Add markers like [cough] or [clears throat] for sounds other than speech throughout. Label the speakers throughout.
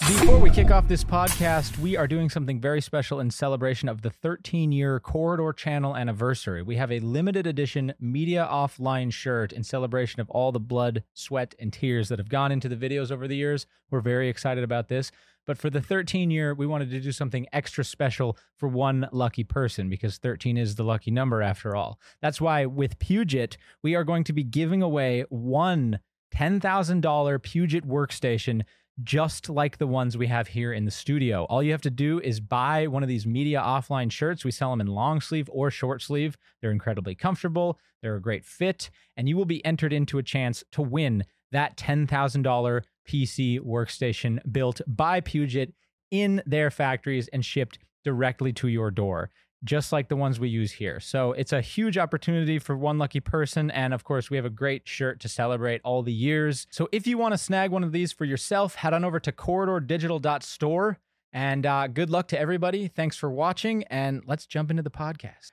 Speaker 1: Before we kick off this podcast, we are doing something very special in celebration of the 13 year Corridor Channel anniversary. We have a limited edition Media Offline shirt in celebration of all the blood, sweat, and tears that have gone into the videos over the years. We're very excited about this. But for the 13 year, we wanted to do something extra special for one lucky person because 13 is the lucky number after all. That's why with Puget, we are going to be giving away one $10,000 Puget workstation just like the ones we have here in the studio. All you have to do is buy one of these media offline shirts. We sell them in long sleeve or short sleeve. They're incredibly comfortable, they're a great fit, and you will be entered into a chance to win that $10,000 PC workstation built by Puget in their factories and shipped directly to your door. Just like the ones we use here. So it's a huge opportunity for one lucky person. And of course, we have a great shirt to celebrate all the years. So if you want to snag one of these for yourself, head on over to corridordigital.store. And uh, good luck to everybody. Thanks for watching. And let's jump into the podcast.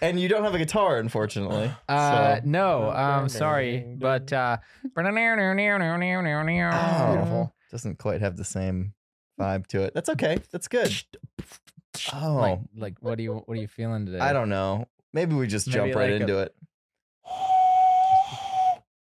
Speaker 2: And you don't have a guitar, unfortunately.
Speaker 1: Uh,
Speaker 2: so.
Speaker 1: no, I'm sorry, but uh,
Speaker 2: Oh,
Speaker 1: beautiful.
Speaker 2: Doesn't quite have the same vibe to it. That's okay. That's good. Oh,
Speaker 1: Like, like, what do you, what are you feeling today?
Speaker 2: I don't know. Maybe we just
Speaker 1: Maybe
Speaker 2: jump right
Speaker 1: like a-
Speaker 2: into it.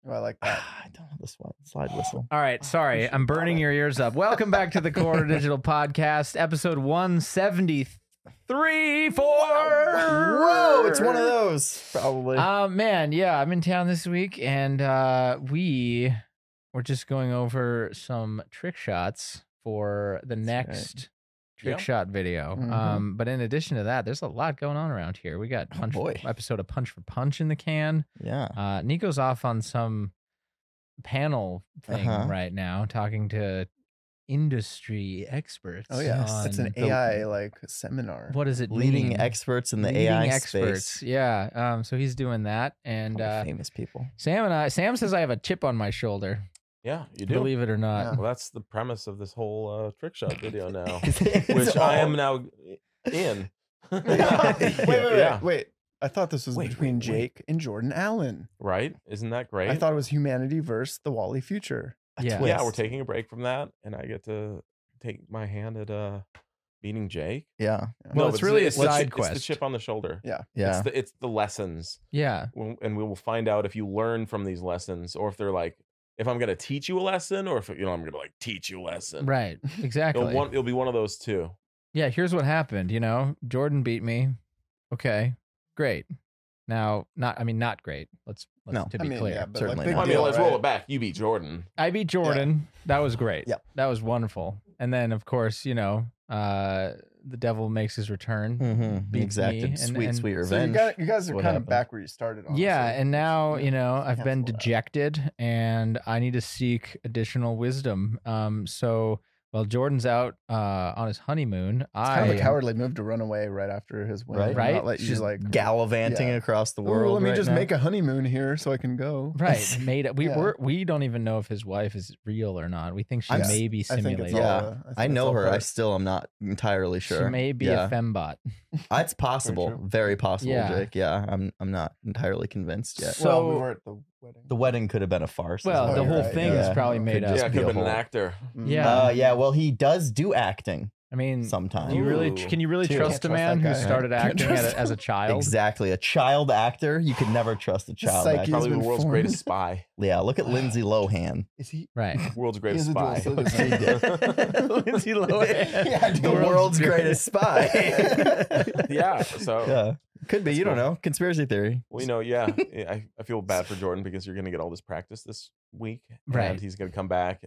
Speaker 3: Oh, I like that.
Speaker 2: [sighs] I don't have the slide, slide whistle.
Speaker 1: All right,
Speaker 2: [laughs]
Speaker 1: sorry, I'm burning your ears up. Welcome back to the Corner Digital Podcast, episode 173. Four.
Speaker 2: Whoa, it's one of those. Probably.
Speaker 1: Uh, man, yeah, I'm in town this week, and uh, we were just going over some trick shots for the
Speaker 2: That's right.
Speaker 1: next trick
Speaker 2: Yep. Mm-hmm.
Speaker 1: shot video.
Speaker 3: Mhm.
Speaker 1: Um, but in addition to that, there's a lot going on around here. We got
Speaker 2: Oh,
Speaker 1: punch
Speaker 2: boy.
Speaker 1: episode of Punch for Punch in the can.
Speaker 2: yeah.
Speaker 1: Uh, Nico's off on some panel thing
Speaker 2: Uh-huh.
Speaker 1: right now, talking to industry experts.
Speaker 3: Oh yeah, it's an
Speaker 1: on the-
Speaker 3: AI like seminar.
Speaker 1: What does it
Speaker 2: Leading
Speaker 1: mean?
Speaker 2: experts in the
Speaker 1: Leading
Speaker 2: AI
Speaker 1: experts.
Speaker 2: space.
Speaker 1: Yeah. Um, so he's doing that, and
Speaker 2: Probably
Speaker 1: uh,
Speaker 2: famous people.
Speaker 1: Sam and I. Sam says I have a chip on my shoulder.
Speaker 4: Yeah, you do.
Speaker 1: Believe it or not.
Speaker 3: Yeah.
Speaker 4: well, that's the premise of this whole uh, trick shot video
Speaker 3: [laughs]
Speaker 4: now,
Speaker 2: It's
Speaker 4: which I am
Speaker 2: all-
Speaker 4: now in. [laughs]
Speaker 3: wait, wait, wait, wait,
Speaker 4: Yeah.
Speaker 3: wait. I thought this was
Speaker 4: Wait,
Speaker 3: between
Speaker 4: wait, wait.
Speaker 3: Jake and Jordan Allen.
Speaker 4: Right? Isn't that great?
Speaker 3: I thought it was humanity versus the Wally future.
Speaker 1: Yeah.
Speaker 4: yeah, we're
Speaker 2: twist.
Speaker 4: taking a break from that, and I get to take my hand at uh, beating Jake.
Speaker 2: Yeah.
Speaker 1: Well,
Speaker 4: No,
Speaker 1: it's
Speaker 4: but
Speaker 1: really a
Speaker 4: the
Speaker 1: side
Speaker 4: chip-
Speaker 1: quest.
Speaker 4: It's the chip on the shoulder.
Speaker 3: Yeah.
Speaker 2: Yeah.
Speaker 4: It's the, it's the lessons,
Speaker 1: Yeah.
Speaker 4: We'll- and we will find out if you learn from these lessons, or if they're like, if I'm gonna teach you a lesson, or if you know I'm gonna like teach you a
Speaker 2: [laughs]
Speaker 4: lesson.
Speaker 1: Right. Exactly.
Speaker 4: It'll, one, it'll be one of those two.
Speaker 1: yeah, here's what happened. You know, Jordan beat me. Okay, great. Now, not I mean, not great. Let's, let's
Speaker 2: No,
Speaker 1: to
Speaker 3: I
Speaker 1: be
Speaker 3: mean,
Speaker 1: clear.
Speaker 3: yeah, but
Speaker 2: certainly
Speaker 3: like, big
Speaker 2: not.
Speaker 4: I mean,
Speaker 3: deal,
Speaker 4: let's
Speaker 3: right?
Speaker 4: roll it back. You beat Jordan.
Speaker 1: I beat Jordan. That was great.
Speaker 2: Yep.
Speaker 1: That was wonderful. And then, of course, you know, uh, the devil makes his return.
Speaker 3: Hmm.
Speaker 2: Mm-hmm.
Speaker 1: Beat me
Speaker 2: Exacted.
Speaker 1: and-
Speaker 2: Sweet,
Speaker 1: and-
Speaker 2: sweet
Speaker 3: So you,
Speaker 2: revenge.
Speaker 3: got, you guys are
Speaker 2: What
Speaker 3: kind
Speaker 2: happened?
Speaker 3: of back where you started. Honestly.
Speaker 1: Yeah, and now
Speaker 3: Yeah.
Speaker 1: you know I've been
Speaker 3: Cancel that.
Speaker 1: dejected, and I need to seek additional wisdom. Um, so while Jordan's out uh, on his honeymoon,
Speaker 3: It's
Speaker 1: I
Speaker 3: kind of a
Speaker 1: am-
Speaker 3: cowardly move to run away right after his win.
Speaker 2: Right?
Speaker 3: and
Speaker 1: Right?
Speaker 3: Not let you
Speaker 2: She's
Speaker 3: like
Speaker 2: gallivanting
Speaker 3: yeah.
Speaker 2: across the
Speaker 3: "Ooh,
Speaker 2: world.
Speaker 3: let me
Speaker 2: right
Speaker 3: just
Speaker 2: now.
Speaker 3: make a honeymoon here so [laughs] I can go.
Speaker 1: Right, made it. We
Speaker 3: Yeah.
Speaker 1: we're, we don't even know if his wife is real or not. We think she
Speaker 2: I'm s-
Speaker 1: may be
Speaker 3: I [laughs] think it's
Speaker 1: simulated.
Speaker 3: all.
Speaker 2: Yeah.
Speaker 3: uh, think
Speaker 2: I
Speaker 3: it's
Speaker 2: know
Speaker 3: all
Speaker 2: her. I
Speaker 3: part-
Speaker 2: still am not entirely sure.
Speaker 1: She may be
Speaker 2: yeah.
Speaker 1: a fembot.
Speaker 2: It's possible.
Speaker 3: true.
Speaker 2: Very possible,
Speaker 1: Yeah.
Speaker 2: Jake. Yeah. I'm I'm not entirely convinced yet.
Speaker 1: So-
Speaker 3: well, we were at the wedding.
Speaker 2: The wedding could have been a farce.
Speaker 1: Well,
Speaker 3: Oh,
Speaker 1: the
Speaker 3: you're
Speaker 1: whole
Speaker 3: right,
Speaker 1: thing
Speaker 3: yeah.
Speaker 1: is probably
Speaker 2: Could
Speaker 1: made
Speaker 2: just
Speaker 1: up.
Speaker 4: yeah, I could
Speaker 2: be
Speaker 4: have
Speaker 2: a
Speaker 4: been an
Speaker 2: whole-
Speaker 4: actor.
Speaker 3: Mm.
Speaker 1: Yeah.
Speaker 2: Uh, yeah, well, he does do acting
Speaker 1: I
Speaker 2: Hmm.
Speaker 1: mean, do
Speaker 2: sometimes.
Speaker 1: you really
Speaker 4: Ooh.
Speaker 1: can you really
Speaker 2: Dude,
Speaker 1: trust
Speaker 3: can't
Speaker 1: a
Speaker 3: trust
Speaker 1: man
Speaker 3: that guy.
Speaker 1: who [laughs] started
Speaker 3: Can't
Speaker 1: acting at
Speaker 3: trust
Speaker 1: a, as a child?
Speaker 4: [laughs]
Speaker 2: Exactly. A child actor, you could never trust a child
Speaker 3: psyche-
Speaker 2: actor.
Speaker 4: Probably the
Speaker 3: been
Speaker 4: world's
Speaker 3: formed.
Speaker 4: greatest spy.
Speaker 2: Yeah, look at Lindsay Lohan.
Speaker 3: Is he?
Speaker 1: Right.
Speaker 4: World's
Speaker 3: He
Speaker 4: greatest
Speaker 3: is a dual
Speaker 4: spy.
Speaker 3: citizen.
Speaker 2: He did.
Speaker 4: [laughs]
Speaker 1: Lindsay Lohan.
Speaker 2: [laughs] Yeah, [laughs] the, world's, greatest spy.
Speaker 4: yeah. So
Speaker 2: [laughs] yeah. Could be. you don't
Speaker 4: cool.
Speaker 2: know. Conspiracy theory.
Speaker 4: well, you know, yeah, yeah, I, I feel bad for Jordan because you're gonna get all this practice this week,
Speaker 1: Right.
Speaker 4: And he's gonna come back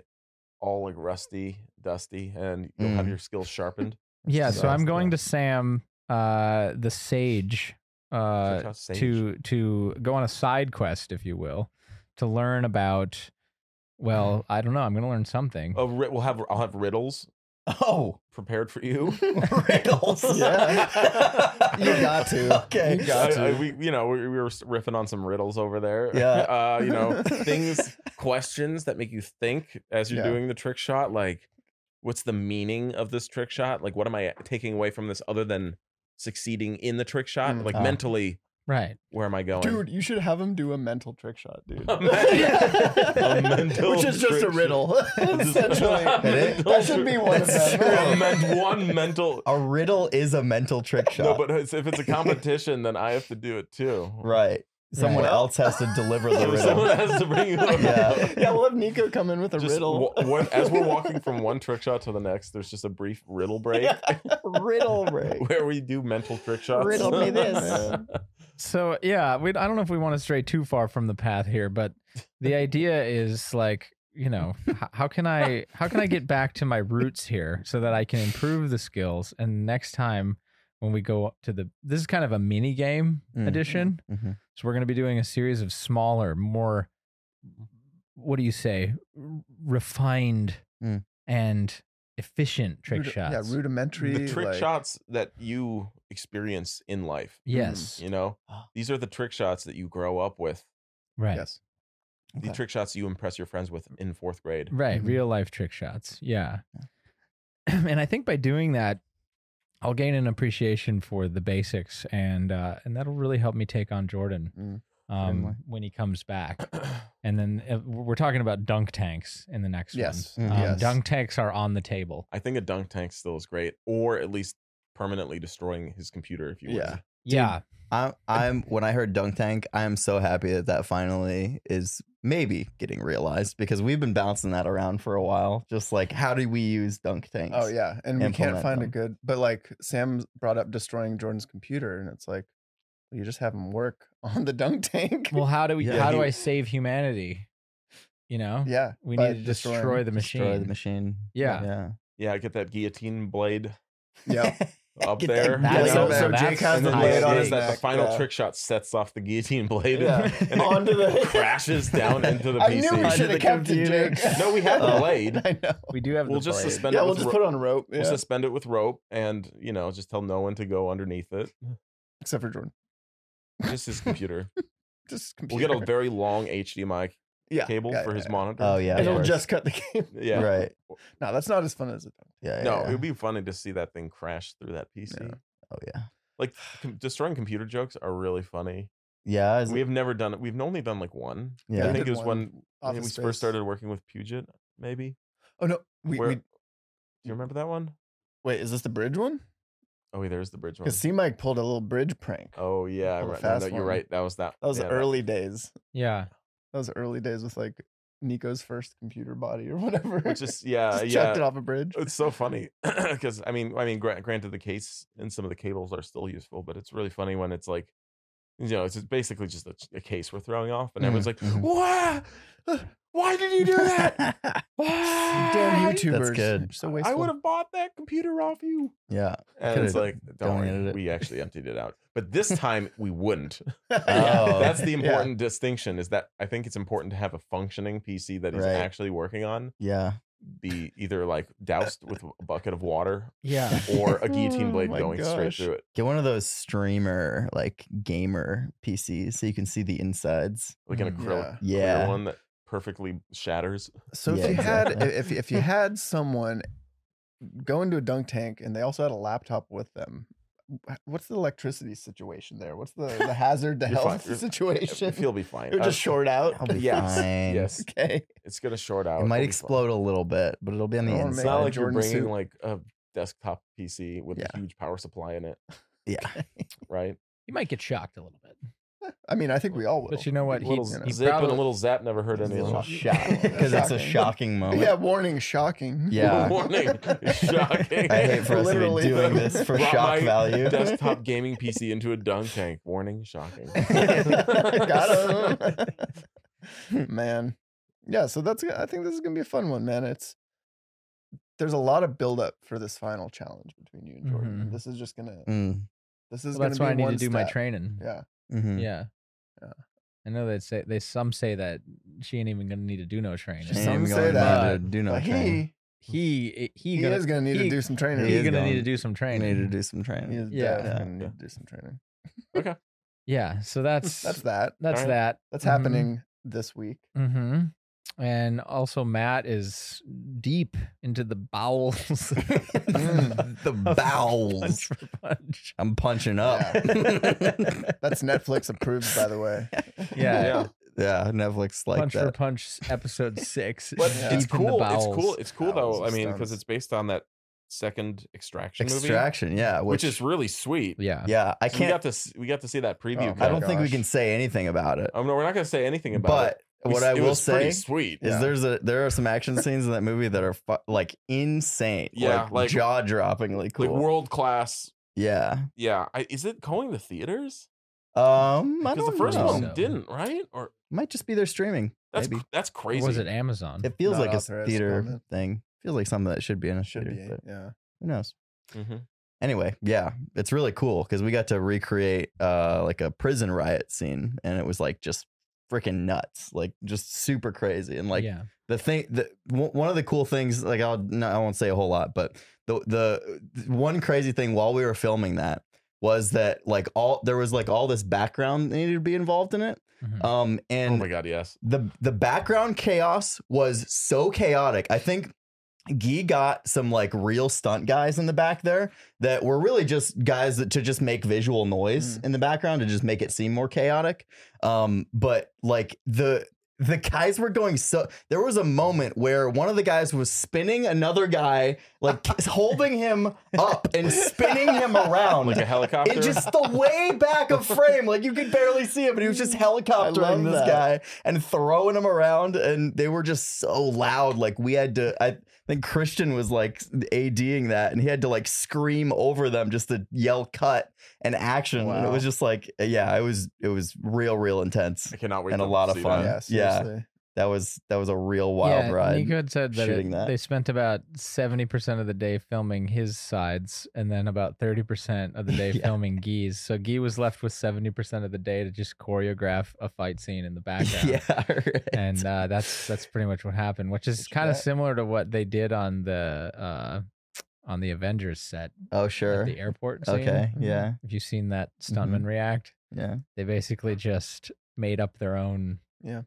Speaker 4: all like rusty, dusty, and you'll have
Speaker 2: Mm.
Speaker 4: your skills sharpened.
Speaker 1: Yeah,
Speaker 4: So
Speaker 1: so I'm
Speaker 4: that's
Speaker 1: going to
Speaker 4: the-
Speaker 1: Sam, uh, the sage, uh,
Speaker 4: Such a sage.
Speaker 1: to to go on a side quest, if you will, to
Speaker 4: Mm-hmm.
Speaker 1: learn about. Well, I don't know. I'm going to learn something.
Speaker 4: Oh, ri- we'll have I'll have riddles
Speaker 2: [laughs]
Speaker 5: Oh,
Speaker 4: prepared for you.
Speaker 5: riddles.
Speaker 2: Yeah. [laughs]
Speaker 5: You
Speaker 2: got to.
Speaker 5: Okay.
Speaker 2: You got
Speaker 4: I- I-
Speaker 2: to.
Speaker 4: we, you know, we, we were s- riffing on some riddles over there. [laughs]
Speaker 5: Yeah.
Speaker 4: uh, you
Speaker 3: [laughs]
Speaker 4: know, things, questions that make you think as you're
Speaker 3: Yeah.
Speaker 4: doing the trick shot. Like, what's the meaning of this trick shot? Like, what am I taking away from this other than succeeding in the trick shot?
Speaker 3: Mm.
Speaker 4: like,
Speaker 5: Ah.
Speaker 4: mentally,
Speaker 1: Right.
Speaker 4: where am I going? [laughs]
Speaker 3: Dude, you should have him do a mental trick shot, [laughs] dude.
Speaker 4: A
Speaker 5: A
Speaker 3: [laughs]
Speaker 4: mental
Speaker 5: Which is just a
Speaker 4: trick-
Speaker 5: riddle,
Speaker 4: [laughs]
Speaker 5: essentially.
Speaker 2: It is.
Speaker 4: Mental
Speaker 3: That should be
Speaker 4: trick-
Speaker 3: one of
Speaker 5: That's
Speaker 3: them.
Speaker 5: true.
Speaker 4: One men- one mental.
Speaker 5: A riddle is a mental
Speaker 2: [laughs]
Speaker 5: trick shot.
Speaker 4: No, but it's, if
Speaker 3: [laughs]
Speaker 4: it's a competition, then I have to do it too.
Speaker 5: right. Someone
Speaker 1: Right.
Speaker 5: else has to deliver
Speaker 2: [laughs]
Speaker 5: the
Speaker 4: So
Speaker 5: riddle.
Speaker 4: [laughs] someone has to bring you up.
Speaker 5: Yeah.
Speaker 3: [laughs] [laughs] yeah, we'll have Nico come in with a
Speaker 4: Just
Speaker 3: [laughs] riddle.
Speaker 4: wa- one- as we're walking from one trick shot to the next, there's just a brief riddle break
Speaker 5: riddle
Speaker 3: [laughs]
Speaker 5: break.
Speaker 4: [laughs] where we do mental trick shots.
Speaker 5: Riddle me
Speaker 4: [laughs]
Speaker 5: this.
Speaker 1: So yeah, we I don't know if we want to stray too far from the path here, but the idea is like you know h- how can I how can I get back to my roots here so that I can improve the skills and next time when we go to the this is kind of a mini game
Speaker 2: Mm.
Speaker 1: edition,
Speaker 2: Mhm.
Speaker 1: so we're going to be doing a series of smaller, more what do you say r- refined
Speaker 2: Mm.
Speaker 1: and efficient trick
Speaker 3: Rudi-
Speaker 1: shots.
Speaker 3: Yeah, rudimentary.
Speaker 4: the trick
Speaker 3: like-
Speaker 4: shots that you experience in life.
Speaker 1: yes,
Speaker 4: You know,
Speaker 3: Ah.
Speaker 4: these are the trick shots that you grow up with.
Speaker 1: right.
Speaker 3: Yes.
Speaker 4: The
Speaker 2: Okay.
Speaker 4: trick shots you impress your friends with in fourth grade.
Speaker 1: Right,
Speaker 2: Mhm.
Speaker 3: Mm-hmm.
Speaker 1: real life trick shots. Yeah. [clears throat] and I think by doing that, I'll gain an appreciation for the basics and uh and that'll really help me take on Jordan
Speaker 3: Mm,
Speaker 1: um
Speaker 2: certainly.
Speaker 1: when he comes back. And then uh, we're talking about dunk tanks in the next
Speaker 3: Yes.
Speaker 1: one.
Speaker 2: Mm.
Speaker 1: Um,
Speaker 3: yes.
Speaker 1: Dunk tanks are on the table.
Speaker 4: [clears throat] I think a dunk tank still is great, or at least permanently destroying his computer if you
Speaker 3: Yeah.
Speaker 4: win.
Speaker 1: yeah.
Speaker 2: I'm, I'm when I heard Dunk Tank, I am so happy that that finally is maybe getting realized because we've been bouncing that around for a while. Just like how do we use Dunk Tanks?
Speaker 3: Oh yeah, and we can't
Speaker 2: Implement
Speaker 3: find a
Speaker 2: them.
Speaker 3: good. But like Sam brought up destroying Jordan's computer, and it's like you just have him work [laughs] on the dunk tank.
Speaker 1: Well, how do we
Speaker 2: Yeah,
Speaker 1: how
Speaker 4: he-
Speaker 1: do I save humanity? You know?
Speaker 3: yeah,
Speaker 1: We
Speaker 3: by
Speaker 1: need to
Speaker 3: destroying-
Speaker 1: destroy the machine.
Speaker 2: Destroy the machine.
Speaker 1: Yeah.
Speaker 2: Yeah.
Speaker 4: Yeah, get that guillotine blade
Speaker 3: [laughs]
Speaker 2: [laughs]
Speaker 3: Yeah,
Speaker 4: up
Speaker 2: Get that
Speaker 4: there.
Speaker 2: Yeah,
Speaker 1: That's
Speaker 2: so-
Speaker 1: a-
Speaker 2: so
Speaker 1: that's
Speaker 3: Jake has
Speaker 4: and
Speaker 3: the
Speaker 4: then
Speaker 1: an
Speaker 4: the
Speaker 3: blade
Speaker 4: idea
Speaker 3: on
Speaker 4: is
Speaker 3: his
Speaker 1: idea.
Speaker 4: that the
Speaker 3: neck,
Speaker 4: final
Speaker 3: yeah.
Speaker 4: trick shot sets off the guillotine [laughs] blade
Speaker 3: Yeah.
Speaker 4: and
Speaker 3: Onto
Speaker 4: it [laughs]
Speaker 3: the-
Speaker 4: crashes down into the Uh, PC.
Speaker 3: I knew we should
Speaker 2: the
Speaker 3: have kept it,
Speaker 2: computer.
Speaker 3: Jake.
Speaker 4: No, we have the
Speaker 3: Oh,
Speaker 4: blade.
Speaker 3: [laughs] I know.
Speaker 1: We do have
Speaker 4: We'll
Speaker 1: the
Speaker 4: just
Speaker 1: blade.
Speaker 4: suspend
Speaker 3: yeah,
Speaker 4: it
Speaker 3: we'll
Speaker 4: with
Speaker 3: just
Speaker 4: ro-
Speaker 3: put it on a rope.
Speaker 4: we'll
Speaker 3: yeah.
Speaker 4: suspend it with rope and you know just tell no one to go underneath
Speaker 3: [laughs]
Speaker 4: it.
Speaker 3: Except for Jordan,
Speaker 4: Just his computer.
Speaker 3: just
Speaker 4: we'll
Speaker 3: computer.
Speaker 4: get a very long HDMI
Speaker 3: [laughs] yeah,
Speaker 4: cable
Speaker 3: yeah,
Speaker 4: for
Speaker 3: yeah,
Speaker 4: his
Speaker 3: yeah.
Speaker 4: monitor.
Speaker 2: Oh yeah.
Speaker 3: And
Speaker 2: of
Speaker 3: it'll
Speaker 2: course.
Speaker 3: just cut the game.
Speaker 4: yeah.
Speaker 2: Right.
Speaker 3: [laughs] No, that's not as fun as a dunk.
Speaker 2: Yeah.
Speaker 4: No,
Speaker 2: yeah.
Speaker 4: it would be funny to see that thing crash through that PC.
Speaker 3: Yeah.
Speaker 2: Oh yeah.
Speaker 4: Like com- destroying computer jokes are really funny.
Speaker 2: Yeah. is-
Speaker 4: We [laughs] have never done it. We've only done like one.
Speaker 2: Yeah.
Speaker 4: I
Speaker 3: We
Speaker 4: think
Speaker 3: did
Speaker 4: it was
Speaker 3: one
Speaker 4: when I think
Speaker 3: Office
Speaker 4: we
Speaker 3: Space.
Speaker 4: first started working with Puget. Maybe.
Speaker 3: Oh no, we,
Speaker 4: Where-
Speaker 3: we
Speaker 4: do you remember that one?
Speaker 3: wait. Is this the bridge one?
Speaker 4: Oh, wait, there's the bridge one.
Speaker 3: Because C Mike pulled a little bridge prank.
Speaker 4: Oh yeah, I
Speaker 3: Little
Speaker 4: re- no, no,
Speaker 3: fast
Speaker 4: you're
Speaker 3: one.
Speaker 4: right. That was that.
Speaker 3: That was
Speaker 4: yeah,
Speaker 3: the early [laughs] days.
Speaker 1: Yeah.
Speaker 3: That was the early days with like Nico's first computer body or [laughs] whatever.
Speaker 4: Which is yeah,
Speaker 3: Just
Speaker 4: yeah. Oh,
Speaker 3: chucked it off a bridge.
Speaker 4: It's so funny [laughs] because I mean, I mean, gra- granted, the case and some of the cables are still useful, but it's really funny when it's like, you know, it's just basically just a, a case we're throwing off, and
Speaker 3: Mm,
Speaker 4: everyone's like,
Speaker 3: mm-hmm.
Speaker 2: mhm.
Speaker 4: "Why? Uh, Why did you do
Speaker 3: [laughs]
Speaker 4: that? [laughs] Why?
Speaker 3: Damn YouTubers.
Speaker 2: good.
Speaker 3: You're So
Speaker 4: I [laughs]
Speaker 3: wasteful. [laughs]
Speaker 4: would have bought that computer off you."
Speaker 2: [laughs] yeah.
Speaker 4: And
Speaker 2: Could've
Speaker 4: it's like, don't
Speaker 2: donated
Speaker 4: worry,
Speaker 2: it.
Speaker 4: we actually emptied it out, but this time we wouldn't.
Speaker 2: Oh.
Speaker 4: That's the
Speaker 3: [laughs] Yeah.
Speaker 4: important distinction. Is that I think it's important to have a functioning PC that he's
Speaker 2: Right.
Speaker 4: actually working on
Speaker 2: Yeah.
Speaker 4: be either like doused with a bucket of water
Speaker 3: [laughs]
Speaker 1: Yeah.
Speaker 4: or a guillotine
Speaker 3: Oh
Speaker 4: blade
Speaker 3: my
Speaker 4: going straight
Speaker 3: gosh.
Speaker 4: through it.
Speaker 2: Get one of those streamer like gamer PCs so you can see the insides.
Speaker 4: Like an
Speaker 1: Mm.
Speaker 4: acrylic
Speaker 2: Yeah.
Speaker 4: clear one that perfectly shatters.
Speaker 3: So if
Speaker 2: Yeah,
Speaker 3: you had
Speaker 2: exactly.
Speaker 3: if if you had someone go into a dunk tank and they also had a laptop with them, wh- what's the electricity situation there? What's the, the hazard to
Speaker 4: You're fine.
Speaker 3: health [laughs]
Speaker 4: You're-
Speaker 3: situation?
Speaker 4: He'll be fine.
Speaker 3: It'll
Speaker 4: Uh,
Speaker 3: just short out.
Speaker 2: I'll be
Speaker 4: Yes.
Speaker 2: fine.
Speaker 4: Yes.
Speaker 3: Okay.
Speaker 4: It's gonna short out.
Speaker 2: It might
Speaker 4: It'll be fine.
Speaker 2: explode a little bit, but it'll be on the
Speaker 3: I don't wanna
Speaker 4: It's
Speaker 3: make-
Speaker 4: not
Speaker 2: inside.
Speaker 4: like you're
Speaker 3: Jordan
Speaker 4: bringing
Speaker 3: suit.
Speaker 4: like a desktop PC with a
Speaker 3: Yeah.
Speaker 4: huge power supply in it,
Speaker 2: Yeah.
Speaker 4: right?
Speaker 1: You might get shocked a little bit.
Speaker 3: I mean, I think we all will.
Speaker 1: But you know what?
Speaker 4: A little
Speaker 1: He,
Speaker 3: you know,
Speaker 1: he
Speaker 4: zip and a
Speaker 1: probably-
Speaker 4: little zap never hurt
Speaker 2: It's a
Speaker 4: any of
Speaker 2: little
Speaker 4: them.
Speaker 2: shock [laughs] because it's a
Speaker 3: Shocking.
Speaker 2: shocking moment.
Speaker 3: [laughs] yeah, warning, shocking.
Speaker 2: Yeah.
Speaker 4: Warning.
Speaker 3: [laughs]
Speaker 4: Shocking.
Speaker 2: I hate for us to be
Speaker 3: Literally,
Speaker 2: doing
Speaker 3: though.
Speaker 2: this for
Speaker 4: Brought
Speaker 2: shock
Speaker 4: my
Speaker 2: value. [laughs]
Speaker 4: [laughs] Desktop gaming PC into a dunk tank. Warning, shocking.
Speaker 3: Got him. man. Yeah, so that's I think this is gonna be a fun one, man. It's there's a lot of buildup for this final challenge between you and Jordan.
Speaker 1: Mhm.
Speaker 3: This is just gonna
Speaker 2: Mm,
Speaker 3: this is
Speaker 1: Well, that's why
Speaker 3: gonna
Speaker 1: I
Speaker 3: be
Speaker 1: need
Speaker 3: one
Speaker 1: to do my
Speaker 3: step.
Speaker 1: training.
Speaker 3: Yeah.
Speaker 2: mhm.
Speaker 1: Yeah.
Speaker 3: Yeah.
Speaker 1: I know they say they some say that she ain't even gonna need to do no training.
Speaker 2: Ain't
Speaker 3: Some
Speaker 2: even
Speaker 3: say
Speaker 2: going
Speaker 3: that.
Speaker 2: down to Do
Speaker 3: But
Speaker 2: not train.
Speaker 3: he
Speaker 1: he eh, he,
Speaker 3: He
Speaker 1: gonna,
Speaker 3: is gonna need
Speaker 1: he-
Speaker 3: to do some training.
Speaker 1: he
Speaker 2: is
Speaker 1: gonna need
Speaker 2: going-
Speaker 1: to do some
Speaker 2: I
Speaker 1: training.
Speaker 2: need to do some
Speaker 3: He
Speaker 4: [laughs]
Speaker 2: training.
Speaker 3: is
Speaker 1: Yeah.
Speaker 3: definitely gonna need
Speaker 4: Yeah.
Speaker 3: to do some training.
Speaker 1: Yeah, so that's [laughs]
Speaker 3: That's that.
Speaker 1: that's
Speaker 4: Alright.
Speaker 1: that.
Speaker 3: That's happening this week.
Speaker 1: hmm And also, Matt is deep into the bowels.
Speaker 3: Mm,
Speaker 2: the
Speaker 1: of
Speaker 2: bowels.
Speaker 1: Punch for [laughs] punch.
Speaker 2: I'm punching up. [laughs]
Speaker 3: That's Netflix approved, by
Speaker 1: [laughs]
Speaker 3: the way.
Speaker 1: Yeah.
Speaker 4: Yeah.
Speaker 2: Yeah, Netflix like
Speaker 1: punch for
Speaker 2: that.
Speaker 1: punch, episode six.
Speaker 4: But
Speaker 3: Yeah.
Speaker 4: it's
Speaker 1: Deep in the
Speaker 4: cool. It's
Speaker 1: bowels.
Speaker 4: cool. It's cool
Speaker 3: Bowels
Speaker 4: though.
Speaker 3: of
Speaker 4: I mean, because
Speaker 3: stones.
Speaker 4: it's based on that second extraction,
Speaker 2: Extraction, yeah.
Speaker 4: movie,
Speaker 2: Which,
Speaker 4: which, is really sweet.
Speaker 1: Yeah.
Speaker 2: yeah, I
Speaker 4: So we got
Speaker 2: can't
Speaker 4: to s- we got to see that preview.
Speaker 3: Oh my
Speaker 2: I don't think we
Speaker 3: gosh.
Speaker 2: can say anything about it.
Speaker 4: Oh no, we're not going to say anything about it.
Speaker 2: But
Speaker 4: We
Speaker 2: what
Speaker 4: s-
Speaker 2: I
Speaker 4: it
Speaker 2: will
Speaker 4: was pretty
Speaker 2: say
Speaker 4: sweet.
Speaker 2: is
Speaker 3: Yeah.
Speaker 2: there's a there are some action scenes in that movie that are fu- like insane.
Speaker 4: Yeah, like-
Speaker 2: jaw droppingly cool.
Speaker 4: Like world class.
Speaker 2: yeah.
Speaker 4: Yeah, I, is it going to theaters?
Speaker 2: Um, I
Speaker 4: Because the
Speaker 2: don't
Speaker 4: first
Speaker 2: know.
Speaker 4: one
Speaker 1: So-
Speaker 4: didn't, right? Or
Speaker 2: might just be their streaming.
Speaker 4: that's
Speaker 2: maybe.
Speaker 4: cr- that's
Speaker 1: Or
Speaker 4: crazy.
Speaker 1: was it Amazon?
Speaker 2: It feels
Speaker 3: Not
Speaker 2: like a
Speaker 3: authorized
Speaker 2: theater
Speaker 3: comment.
Speaker 2: thing. Feels like something that should be in a
Speaker 3: Should
Speaker 2: theater,
Speaker 3: be.
Speaker 2: but
Speaker 3: Yeah.
Speaker 2: Who knows?
Speaker 4: Mhm.
Speaker 2: Anyway, yeah, it's really cool because we got to recreate uh like a prison riot scene, and it was like just freaking nuts, like just super crazy, and like
Speaker 1: yeah.
Speaker 2: the thing the w- one of the cool things like i'll no, i won't say a whole lot but the, the the one crazy thing while we were filming that was that like all there was like all this background that needed to be involved in it
Speaker 1: Mhm.
Speaker 2: um
Speaker 4: Oh
Speaker 2: and
Speaker 4: my god, yes.
Speaker 2: the the background chaos was so chaotic i think Gee got some like real stunt guys in the back there that were really just guys that to just make visual noise in the background to just make it seem more chaotic. Um, but like the the guys were going so there was a moment where one of the guys was spinning another guy like k- holding him up and spinning him around
Speaker 4: Like a helicopter.
Speaker 2: [laughs] it just the way back of frame, like you could barely see him, but he was just helicoptering
Speaker 3: love
Speaker 2: this guy
Speaker 3: that.
Speaker 2: and throwing him around, and they were just so loud. Like we had to, I think Christian was like ading that, and he had to like scream over them just to yell cut and action. And it
Speaker 3: Wow.
Speaker 2: was just like, yeah, it was it was real, real intense.
Speaker 4: I cannot wait.
Speaker 2: and a
Speaker 4: to
Speaker 2: lot of
Speaker 4: see
Speaker 2: fun.
Speaker 4: That.
Speaker 3: Yeah.
Speaker 2: Yeah.
Speaker 3: Seriously.
Speaker 2: That was that was a real wild
Speaker 1: yeah,
Speaker 2: ride. [laughs]
Speaker 1: Nico had said that, it-
Speaker 2: shooting that.
Speaker 1: they spent about seventy percent of the day filming his sides, and then about thirty percent
Speaker 2: [laughs]
Speaker 1: of the day
Speaker 2: Yeah.
Speaker 1: filming Gee's. So Gee was left with seventy percent of the day to just choreograph a fight scene in the background.
Speaker 2: [laughs] yeah, right.
Speaker 1: and uh, that's that's pretty much what happened, which is
Speaker 3: Picture
Speaker 1: kind of
Speaker 3: that.
Speaker 1: similar to what they did on the uh, on the Avengers set
Speaker 2: oh
Speaker 1: at
Speaker 2: sure,
Speaker 1: the airport. Scene.
Speaker 2: okay, yeah, Mm-hmm.
Speaker 1: If you've seen that stuntman react,
Speaker 2: yeah.
Speaker 1: they basically just made up their own
Speaker 3: Yeah.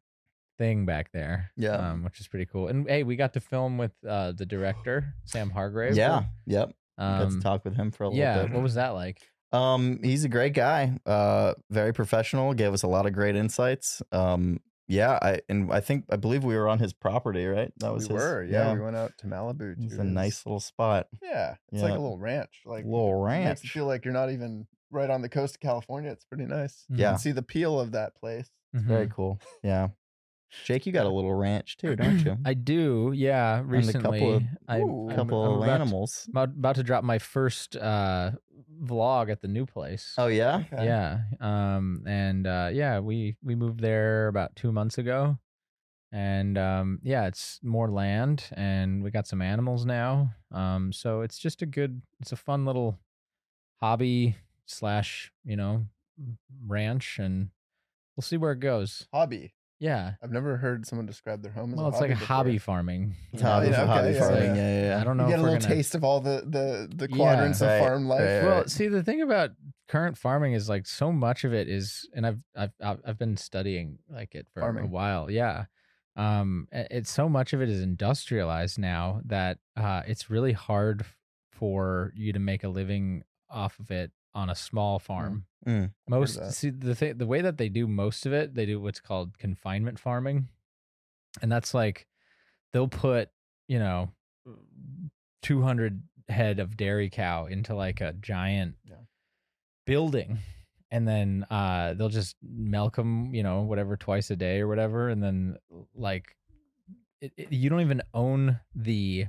Speaker 1: thing back there.
Speaker 2: Yeah.
Speaker 1: um, which is pretty cool. And hey, we got to film with uh, the director Sam Hargrave.
Speaker 2: Yeah, yep. Got to
Speaker 1: um,
Speaker 2: talk with him for a little
Speaker 1: yeah.
Speaker 2: bit.
Speaker 1: What was that like?
Speaker 2: Um, he's a great guy. Uh, very professional. Gave us a lot of great insights. Um, yeah, I and I think I believe we were on his property, right? That
Speaker 3: we
Speaker 2: was his,
Speaker 3: were. Yeah, We went out to Malibu.
Speaker 2: It was
Speaker 3: to
Speaker 2: a
Speaker 3: his-
Speaker 2: nice little spot,
Speaker 3: Yeah. It's like
Speaker 2: Yeah.
Speaker 3: a little ranch. Like
Speaker 2: little
Speaker 3: Makes you
Speaker 2: ranch.
Speaker 3: feel like you're not even right on the coast of California. It's pretty nice.
Speaker 1: Mhm.
Speaker 3: You
Speaker 2: Yeah.
Speaker 3: can see the peel of that place.
Speaker 1: Mhm.
Speaker 2: Very cool. Yeah, Jake, you got a little ranch too, don't
Speaker 1: [clears throat]
Speaker 2: you?
Speaker 1: I do. Yeah.
Speaker 2: a couple
Speaker 1: Recently,
Speaker 2: of-
Speaker 1: I
Speaker 3: Oooo.
Speaker 1: I'm-
Speaker 2: couple
Speaker 1: I'm
Speaker 2: of
Speaker 1: about to-
Speaker 2: animals.
Speaker 1: I'm about- about to drop my first uh, vlog at the new place.
Speaker 2: Oh yeah,
Speaker 3: Okay.
Speaker 1: Yeah. Um and uh yeah, we we moved there about 2 months ago. And um yeah, it's more land and we got some animals now. Um so it's just a good it's a fun little hobby slash, you know, ranch and we'll see where it goes.
Speaker 3: Hobby.
Speaker 1: Yeah.
Speaker 3: I've never heard someone describe their home as
Speaker 1: Well,
Speaker 3: a
Speaker 1: it's like a
Speaker 3: before.
Speaker 1: hobby farming.
Speaker 2: it's
Speaker 1: you know?
Speaker 2: hobby,
Speaker 3: yeah,
Speaker 2: it's a
Speaker 3: okay,
Speaker 2: hobby
Speaker 3: yeah,
Speaker 2: farming. Yeah,
Speaker 1: yeah.
Speaker 2: yeah. yeah.
Speaker 1: I don't
Speaker 3: You
Speaker 1: know
Speaker 3: get
Speaker 1: if
Speaker 3: a
Speaker 1: we're
Speaker 3: little
Speaker 1: gonna
Speaker 3: taste of all the the, the
Speaker 1: Yeah.
Speaker 3: quadrants
Speaker 2: Right,
Speaker 3: of farm life.
Speaker 2: right,
Speaker 1: Well, see, the thing about current farming is like so much of it is, and I've I've I've I've been studying like it for a
Speaker 3: Farming.
Speaker 1: while. Yeah, um, i- it's so much of it is industrialized now that uh, it's really hard f- for you to make a living off of it on a small farm.
Speaker 2: Mm. I've
Speaker 1: Most
Speaker 3: that.
Speaker 1: see the th- the way that they do most of it, they do what's called confinement farming, and that's like they'll put you know 200 head of dairy cow into like a giant
Speaker 3: Yeah.
Speaker 1: building and then uh they'll just milk them you know whatever twice a day or whatever and then like it, it- you don't even own the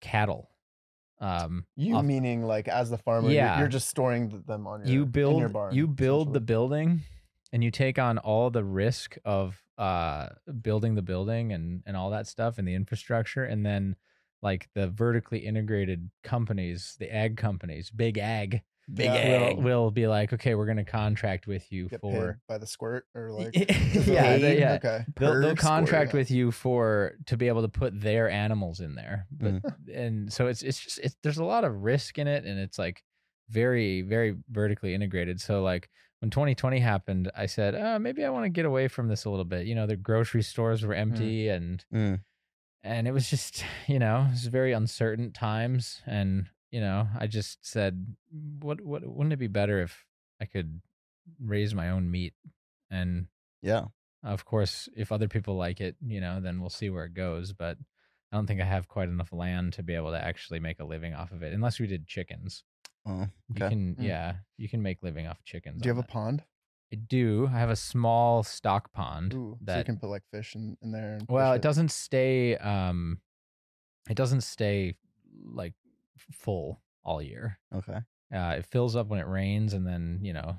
Speaker 1: cattle um
Speaker 3: You
Speaker 1: off-
Speaker 3: meaning like as the farmer, you're-
Speaker 1: Yeah.
Speaker 3: you're, just storing th- them on your
Speaker 1: you
Speaker 3: in
Speaker 1: build
Speaker 3: your barn,
Speaker 1: you build the
Speaker 3: essentially.
Speaker 1: building and you take on all the risk of uh building the building and and all that stuff and the infrastructure and then like the vertically integrated companies the ag companies big ag
Speaker 2: Big
Speaker 3: Yeah.
Speaker 1: will [laughs]
Speaker 2: egg.
Speaker 1: will be like, okay, we're gonna contract with you
Speaker 3: Get paid
Speaker 1: for
Speaker 3: by the squirt
Speaker 1: [laughs]
Speaker 3: or like
Speaker 1: yeah,
Speaker 2: Paid?
Speaker 1: they- yeah.
Speaker 3: Okay.
Speaker 1: They'll, they'll
Speaker 2: Per
Speaker 1: contract
Speaker 3: square.
Speaker 1: with you for to be able to put their animals in there, but and so it's it's just it's, there's a lot of risk in it, and it's like very very vertically integrated. So like when 2020 happened, I said uh, maybe I want to get away from this a little bit. You know, the grocery stores were empty, and
Speaker 2: Mm.
Speaker 1: and it was just [laughs] you know it's very uncertain times, and you know I just said what what wouldn't it be better if I could raise my own meat and
Speaker 2: Yeah.
Speaker 1: of course, if other people like it, you know, then we'll see where it goes. But I don't think I have quite enough land to be able to actually make a living off of it, unless we did chickens.
Speaker 2: Oh,
Speaker 1: You
Speaker 2: okay.
Speaker 1: can,
Speaker 3: Mm.
Speaker 1: yeah, you can make living off chickens.
Speaker 3: Do you
Speaker 1: on
Speaker 3: have a
Speaker 1: that.
Speaker 3: pond?
Speaker 1: I do. I have a small stock pond.
Speaker 3: Ooh, so you
Speaker 1: Mm, that-
Speaker 3: can put like fish in, in there. And
Speaker 1: Well,
Speaker 3: fish
Speaker 1: it doesn't stay. Um, it doesn't stay like f- full all year.
Speaker 2: Okay.
Speaker 1: Uh, it fills up when it rains, and then you know,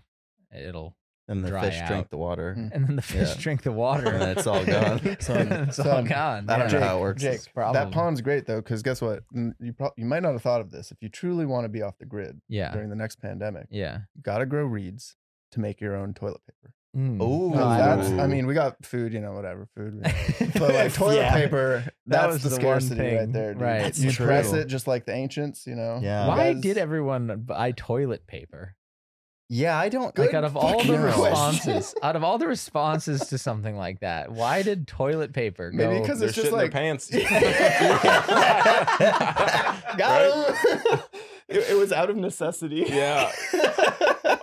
Speaker 1: it'll
Speaker 2: And the
Speaker 1: Dry
Speaker 2: fish drink
Speaker 1: out.
Speaker 2: the water.
Speaker 3: Mm.
Speaker 1: and then the [laughs] fish
Speaker 2: Yeah.
Speaker 1: drink the water.
Speaker 2: And it's
Speaker 1: [laughs]
Speaker 2: all gone.
Speaker 3: [laughs]
Speaker 1: And
Speaker 3: Son,
Speaker 1: it's all
Speaker 3: son,
Speaker 1: gone.
Speaker 2: I don't know
Speaker 1: yeah.
Speaker 2: how it works.
Speaker 3: Jake,
Speaker 1: problem.
Speaker 3: that pond's great though, because guess what? N- You prob- you might not have thought of this. If you truly want to be off the grid
Speaker 1: Yeah.
Speaker 3: during the next pandemic,
Speaker 1: Yeah.
Speaker 3: you gotta grow reeds to make your own toilet paper.
Speaker 1: Mm.
Speaker 2: Ooh,
Speaker 3: So that's, I
Speaker 2: Ooh.
Speaker 3: mean, we got food, you know, whatever food. we- [laughs] But
Speaker 1: [laughs]
Speaker 3: [laughs] like toilet
Speaker 1: Yeah.
Speaker 3: paper,
Speaker 1: That
Speaker 3: that's
Speaker 1: was
Speaker 3: the,
Speaker 1: the one
Speaker 3: scarcity
Speaker 1: thing,
Speaker 3: right there. Dude.
Speaker 1: right.
Speaker 2: That's
Speaker 3: you press
Speaker 2: true.
Speaker 3: it just like the ancients, you know.
Speaker 2: Yeah.
Speaker 1: Why
Speaker 3: Guys-
Speaker 1: did everyone buy toilet paper?
Speaker 2: yeah, I don't
Speaker 1: like out of all the
Speaker 2: [laughs] fucking know.
Speaker 3: [laughs]
Speaker 1: responses, out of all the responses to something like that, why did toilet paper go?
Speaker 3: Maybe because
Speaker 4: They're
Speaker 3: it's
Speaker 4: shitting
Speaker 3: just like
Speaker 4: their pants. [laughs]
Speaker 3: Got
Speaker 4: Right?
Speaker 3: [laughs] him.
Speaker 5: It, it was out of necessity.
Speaker 4: Yeah.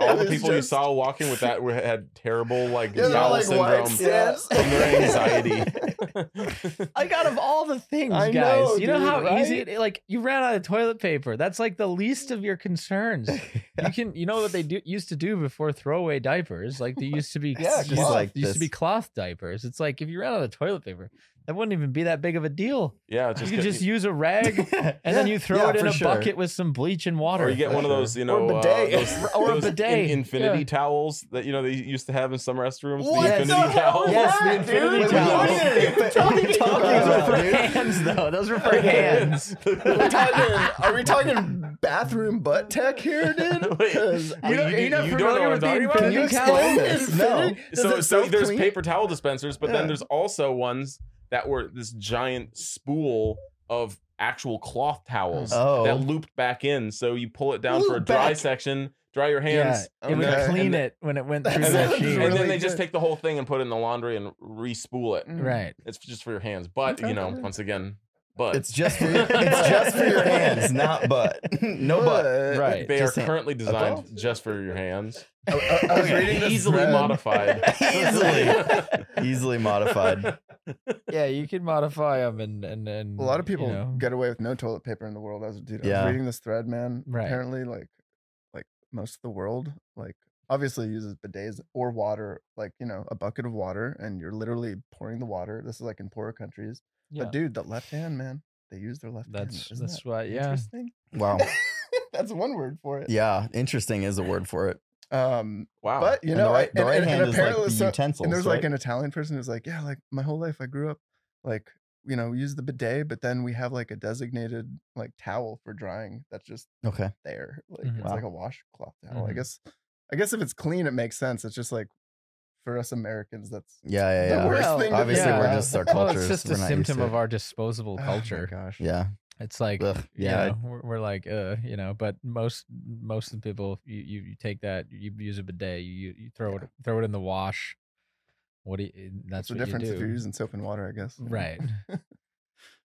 Speaker 4: All the people you saw walking with that were, had terrible like
Speaker 3: Yeah, they're
Speaker 4: bowel
Speaker 3: like white
Speaker 4: syndrome [laughs]
Speaker 3: stamps.
Speaker 4: from their anxiety.
Speaker 1: like out of all the things,
Speaker 3: I
Speaker 1: guys,
Speaker 3: know,
Speaker 1: you know
Speaker 3: dude,
Speaker 1: how
Speaker 3: right?
Speaker 1: easy it, like you ran out of toilet paper. That's like the least of your
Speaker 3: [laughs]
Speaker 1: concerns. You can, you know what they do used to do before throwaway diapers? Like they used to be,
Speaker 3: [laughs] Yeah,
Speaker 1: used to-
Speaker 3: cloth.
Speaker 2: Like
Speaker 1: used to be
Speaker 2: this.
Speaker 1: cloth diapers. It's like if you ran out of toilet paper, that wouldn't even be that big of a deal.
Speaker 4: yeah,
Speaker 1: You
Speaker 4: just
Speaker 1: could
Speaker 4: get-
Speaker 1: just use a rag and then you throw
Speaker 2: yeah,
Speaker 1: it in
Speaker 2: for
Speaker 1: a
Speaker 2: sure.
Speaker 1: bucket with some bleach and water.
Speaker 4: or you get one of [laughs] those, you know,
Speaker 1: Or a bidet.
Speaker 4: uh, those,
Speaker 1: Or a
Speaker 4: those in-
Speaker 1: bidet.
Speaker 4: infinity
Speaker 1: Yeah.
Speaker 4: towels that you know they used to have in some restrooms.
Speaker 5: What
Speaker 4: The
Speaker 1: Yes.
Speaker 4: infinity
Speaker 5: the hell
Speaker 4: towels.
Speaker 5: was
Speaker 1: Yes, the
Speaker 5: that,
Speaker 1: infinity
Speaker 5: dude?
Speaker 1: towel.
Speaker 4: [laughs]
Speaker 5: What
Speaker 3: Tell
Speaker 5: are
Speaker 3: me
Speaker 5: you
Speaker 3: to
Speaker 5: talking
Speaker 3: go.
Speaker 5: about?
Speaker 1: those were for
Speaker 3: dude.
Speaker 1: hands, though. Those were for hands.
Speaker 5: Are we talking-
Speaker 3: Are we talking bathroom butt tech here,
Speaker 1: [laughs]
Speaker 4: [laughs]
Speaker 3: dude?
Speaker 4: Wait,
Speaker 3: 'Cause
Speaker 4: you don't- you don't know what I'm talking about?
Speaker 3: Can you explain this? No. Does
Speaker 4: so
Speaker 3: it
Speaker 4: so there's
Speaker 3: self-clean?
Speaker 4: paper towel dispensers, but
Speaker 3: Yeah.
Speaker 4: then there's also ones that were this giant spool of actual cloth towels
Speaker 2: Oh.
Speaker 4: that looped back in. So you pull it down for a
Speaker 3: Loop
Speaker 4: dry
Speaker 3: back.
Speaker 4: section, dry your
Speaker 1: Yeah,
Speaker 4: hands,
Speaker 1: it would
Speaker 4: [laughs] and then-
Speaker 1: clean
Speaker 4: and then-
Speaker 1: it when it went through
Speaker 4: And
Speaker 1: the
Speaker 4: then,
Speaker 3: That's
Speaker 1: machine.
Speaker 4: and then
Speaker 3: really
Speaker 4: they just
Speaker 3: good.
Speaker 4: take the whole thing and put it in the laundry and re-spool it.
Speaker 1: Right.
Speaker 4: It's just for your hands, but you
Speaker 3: Okay.
Speaker 4: know, once again, but
Speaker 2: It's just for your, it's just for your hands, not butt. [laughs] no butt.
Speaker 1: Right.
Speaker 4: they are
Speaker 2: just saying.
Speaker 4: currently designed
Speaker 3: Adult?
Speaker 4: just for your hands.
Speaker 3: I, I- I was
Speaker 4: Okay.
Speaker 3: reading this
Speaker 4: Easily
Speaker 3: thread.
Speaker 4: modified.
Speaker 2: [laughs]
Speaker 4: [laughs]
Speaker 2: Easily. Easily modified.
Speaker 1: Yeah, you can modify them and and, and
Speaker 3: A lot of people
Speaker 1: you know.
Speaker 3: get away with no toilet paper in the world. I was, dude, I
Speaker 2: Yeah.
Speaker 3: was reading this thread, man.
Speaker 1: Right.
Speaker 3: Apparently, like, like most of the world, like, obviously uses bidets or water, like you know, a bucket of water, and you're literally pouring the water. This is like in poorer countries.
Speaker 1: Yeah.
Speaker 3: But dude, the left hand, man, they use their left
Speaker 1: That's
Speaker 3: hand. Isn't
Speaker 1: that's
Speaker 3: that
Speaker 1: why. Yeah.
Speaker 3: Interesting.
Speaker 2: Wow.
Speaker 3: [laughs] that's one word for it.
Speaker 2: Oh. Yeah. Interesting is a word for it.
Speaker 3: Um,
Speaker 4: Wow.
Speaker 3: but you
Speaker 2: And
Speaker 3: know,
Speaker 2: the right,
Speaker 3: I-
Speaker 2: the
Speaker 3: and-
Speaker 2: right
Speaker 3: and- and
Speaker 2: hand is like
Speaker 3: apparently
Speaker 2: the
Speaker 3: so-
Speaker 2: utensils.
Speaker 3: and there's like
Speaker 2: right?
Speaker 3: an Italian person who's like, yeah, like my whole life I grew up like you know we use the bidet, but then we have like a designated like towel for drying that's just
Speaker 2: okay.
Speaker 3: there. Like
Speaker 1: Mhm.
Speaker 3: it's like a washcloth towel. I
Speaker 1: Mhm.
Speaker 3: guess I guess if it's clean, it makes sense. It's just like for us Americans, that's
Speaker 2: Yeah, yeah,
Speaker 3: the
Speaker 2: yeah.
Speaker 3: worst
Speaker 1: Well,
Speaker 3: thing. to
Speaker 2: Obviously,
Speaker 3: think
Speaker 2: we're
Speaker 3: about. [laughs]
Speaker 2: just our
Speaker 1: Well,
Speaker 2: cultures.
Speaker 1: it's just
Speaker 2: we're
Speaker 1: a
Speaker 2: not used
Speaker 1: symptom
Speaker 2: to
Speaker 1: of
Speaker 2: it.
Speaker 1: our disposable
Speaker 3: Oh my
Speaker 1: culture.
Speaker 3: gosh.
Speaker 2: Yeah.
Speaker 1: It's like
Speaker 2: Ugh,
Speaker 1: yeah,
Speaker 2: yeah.
Speaker 1: we're, we're like uh, you know, but most most of the people, you, you you take that, you use a bidet, you you you throw it throw it in the wash. What do you? That's
Speaker 3: That's the
Speaker 1: what
Speaker 3: difference
Speaker 1: you do.
Speaker 3: if you're using soap and water, I guess. you know?
Speaker 1: Right.
Speaker 3: [laughs] Yeah,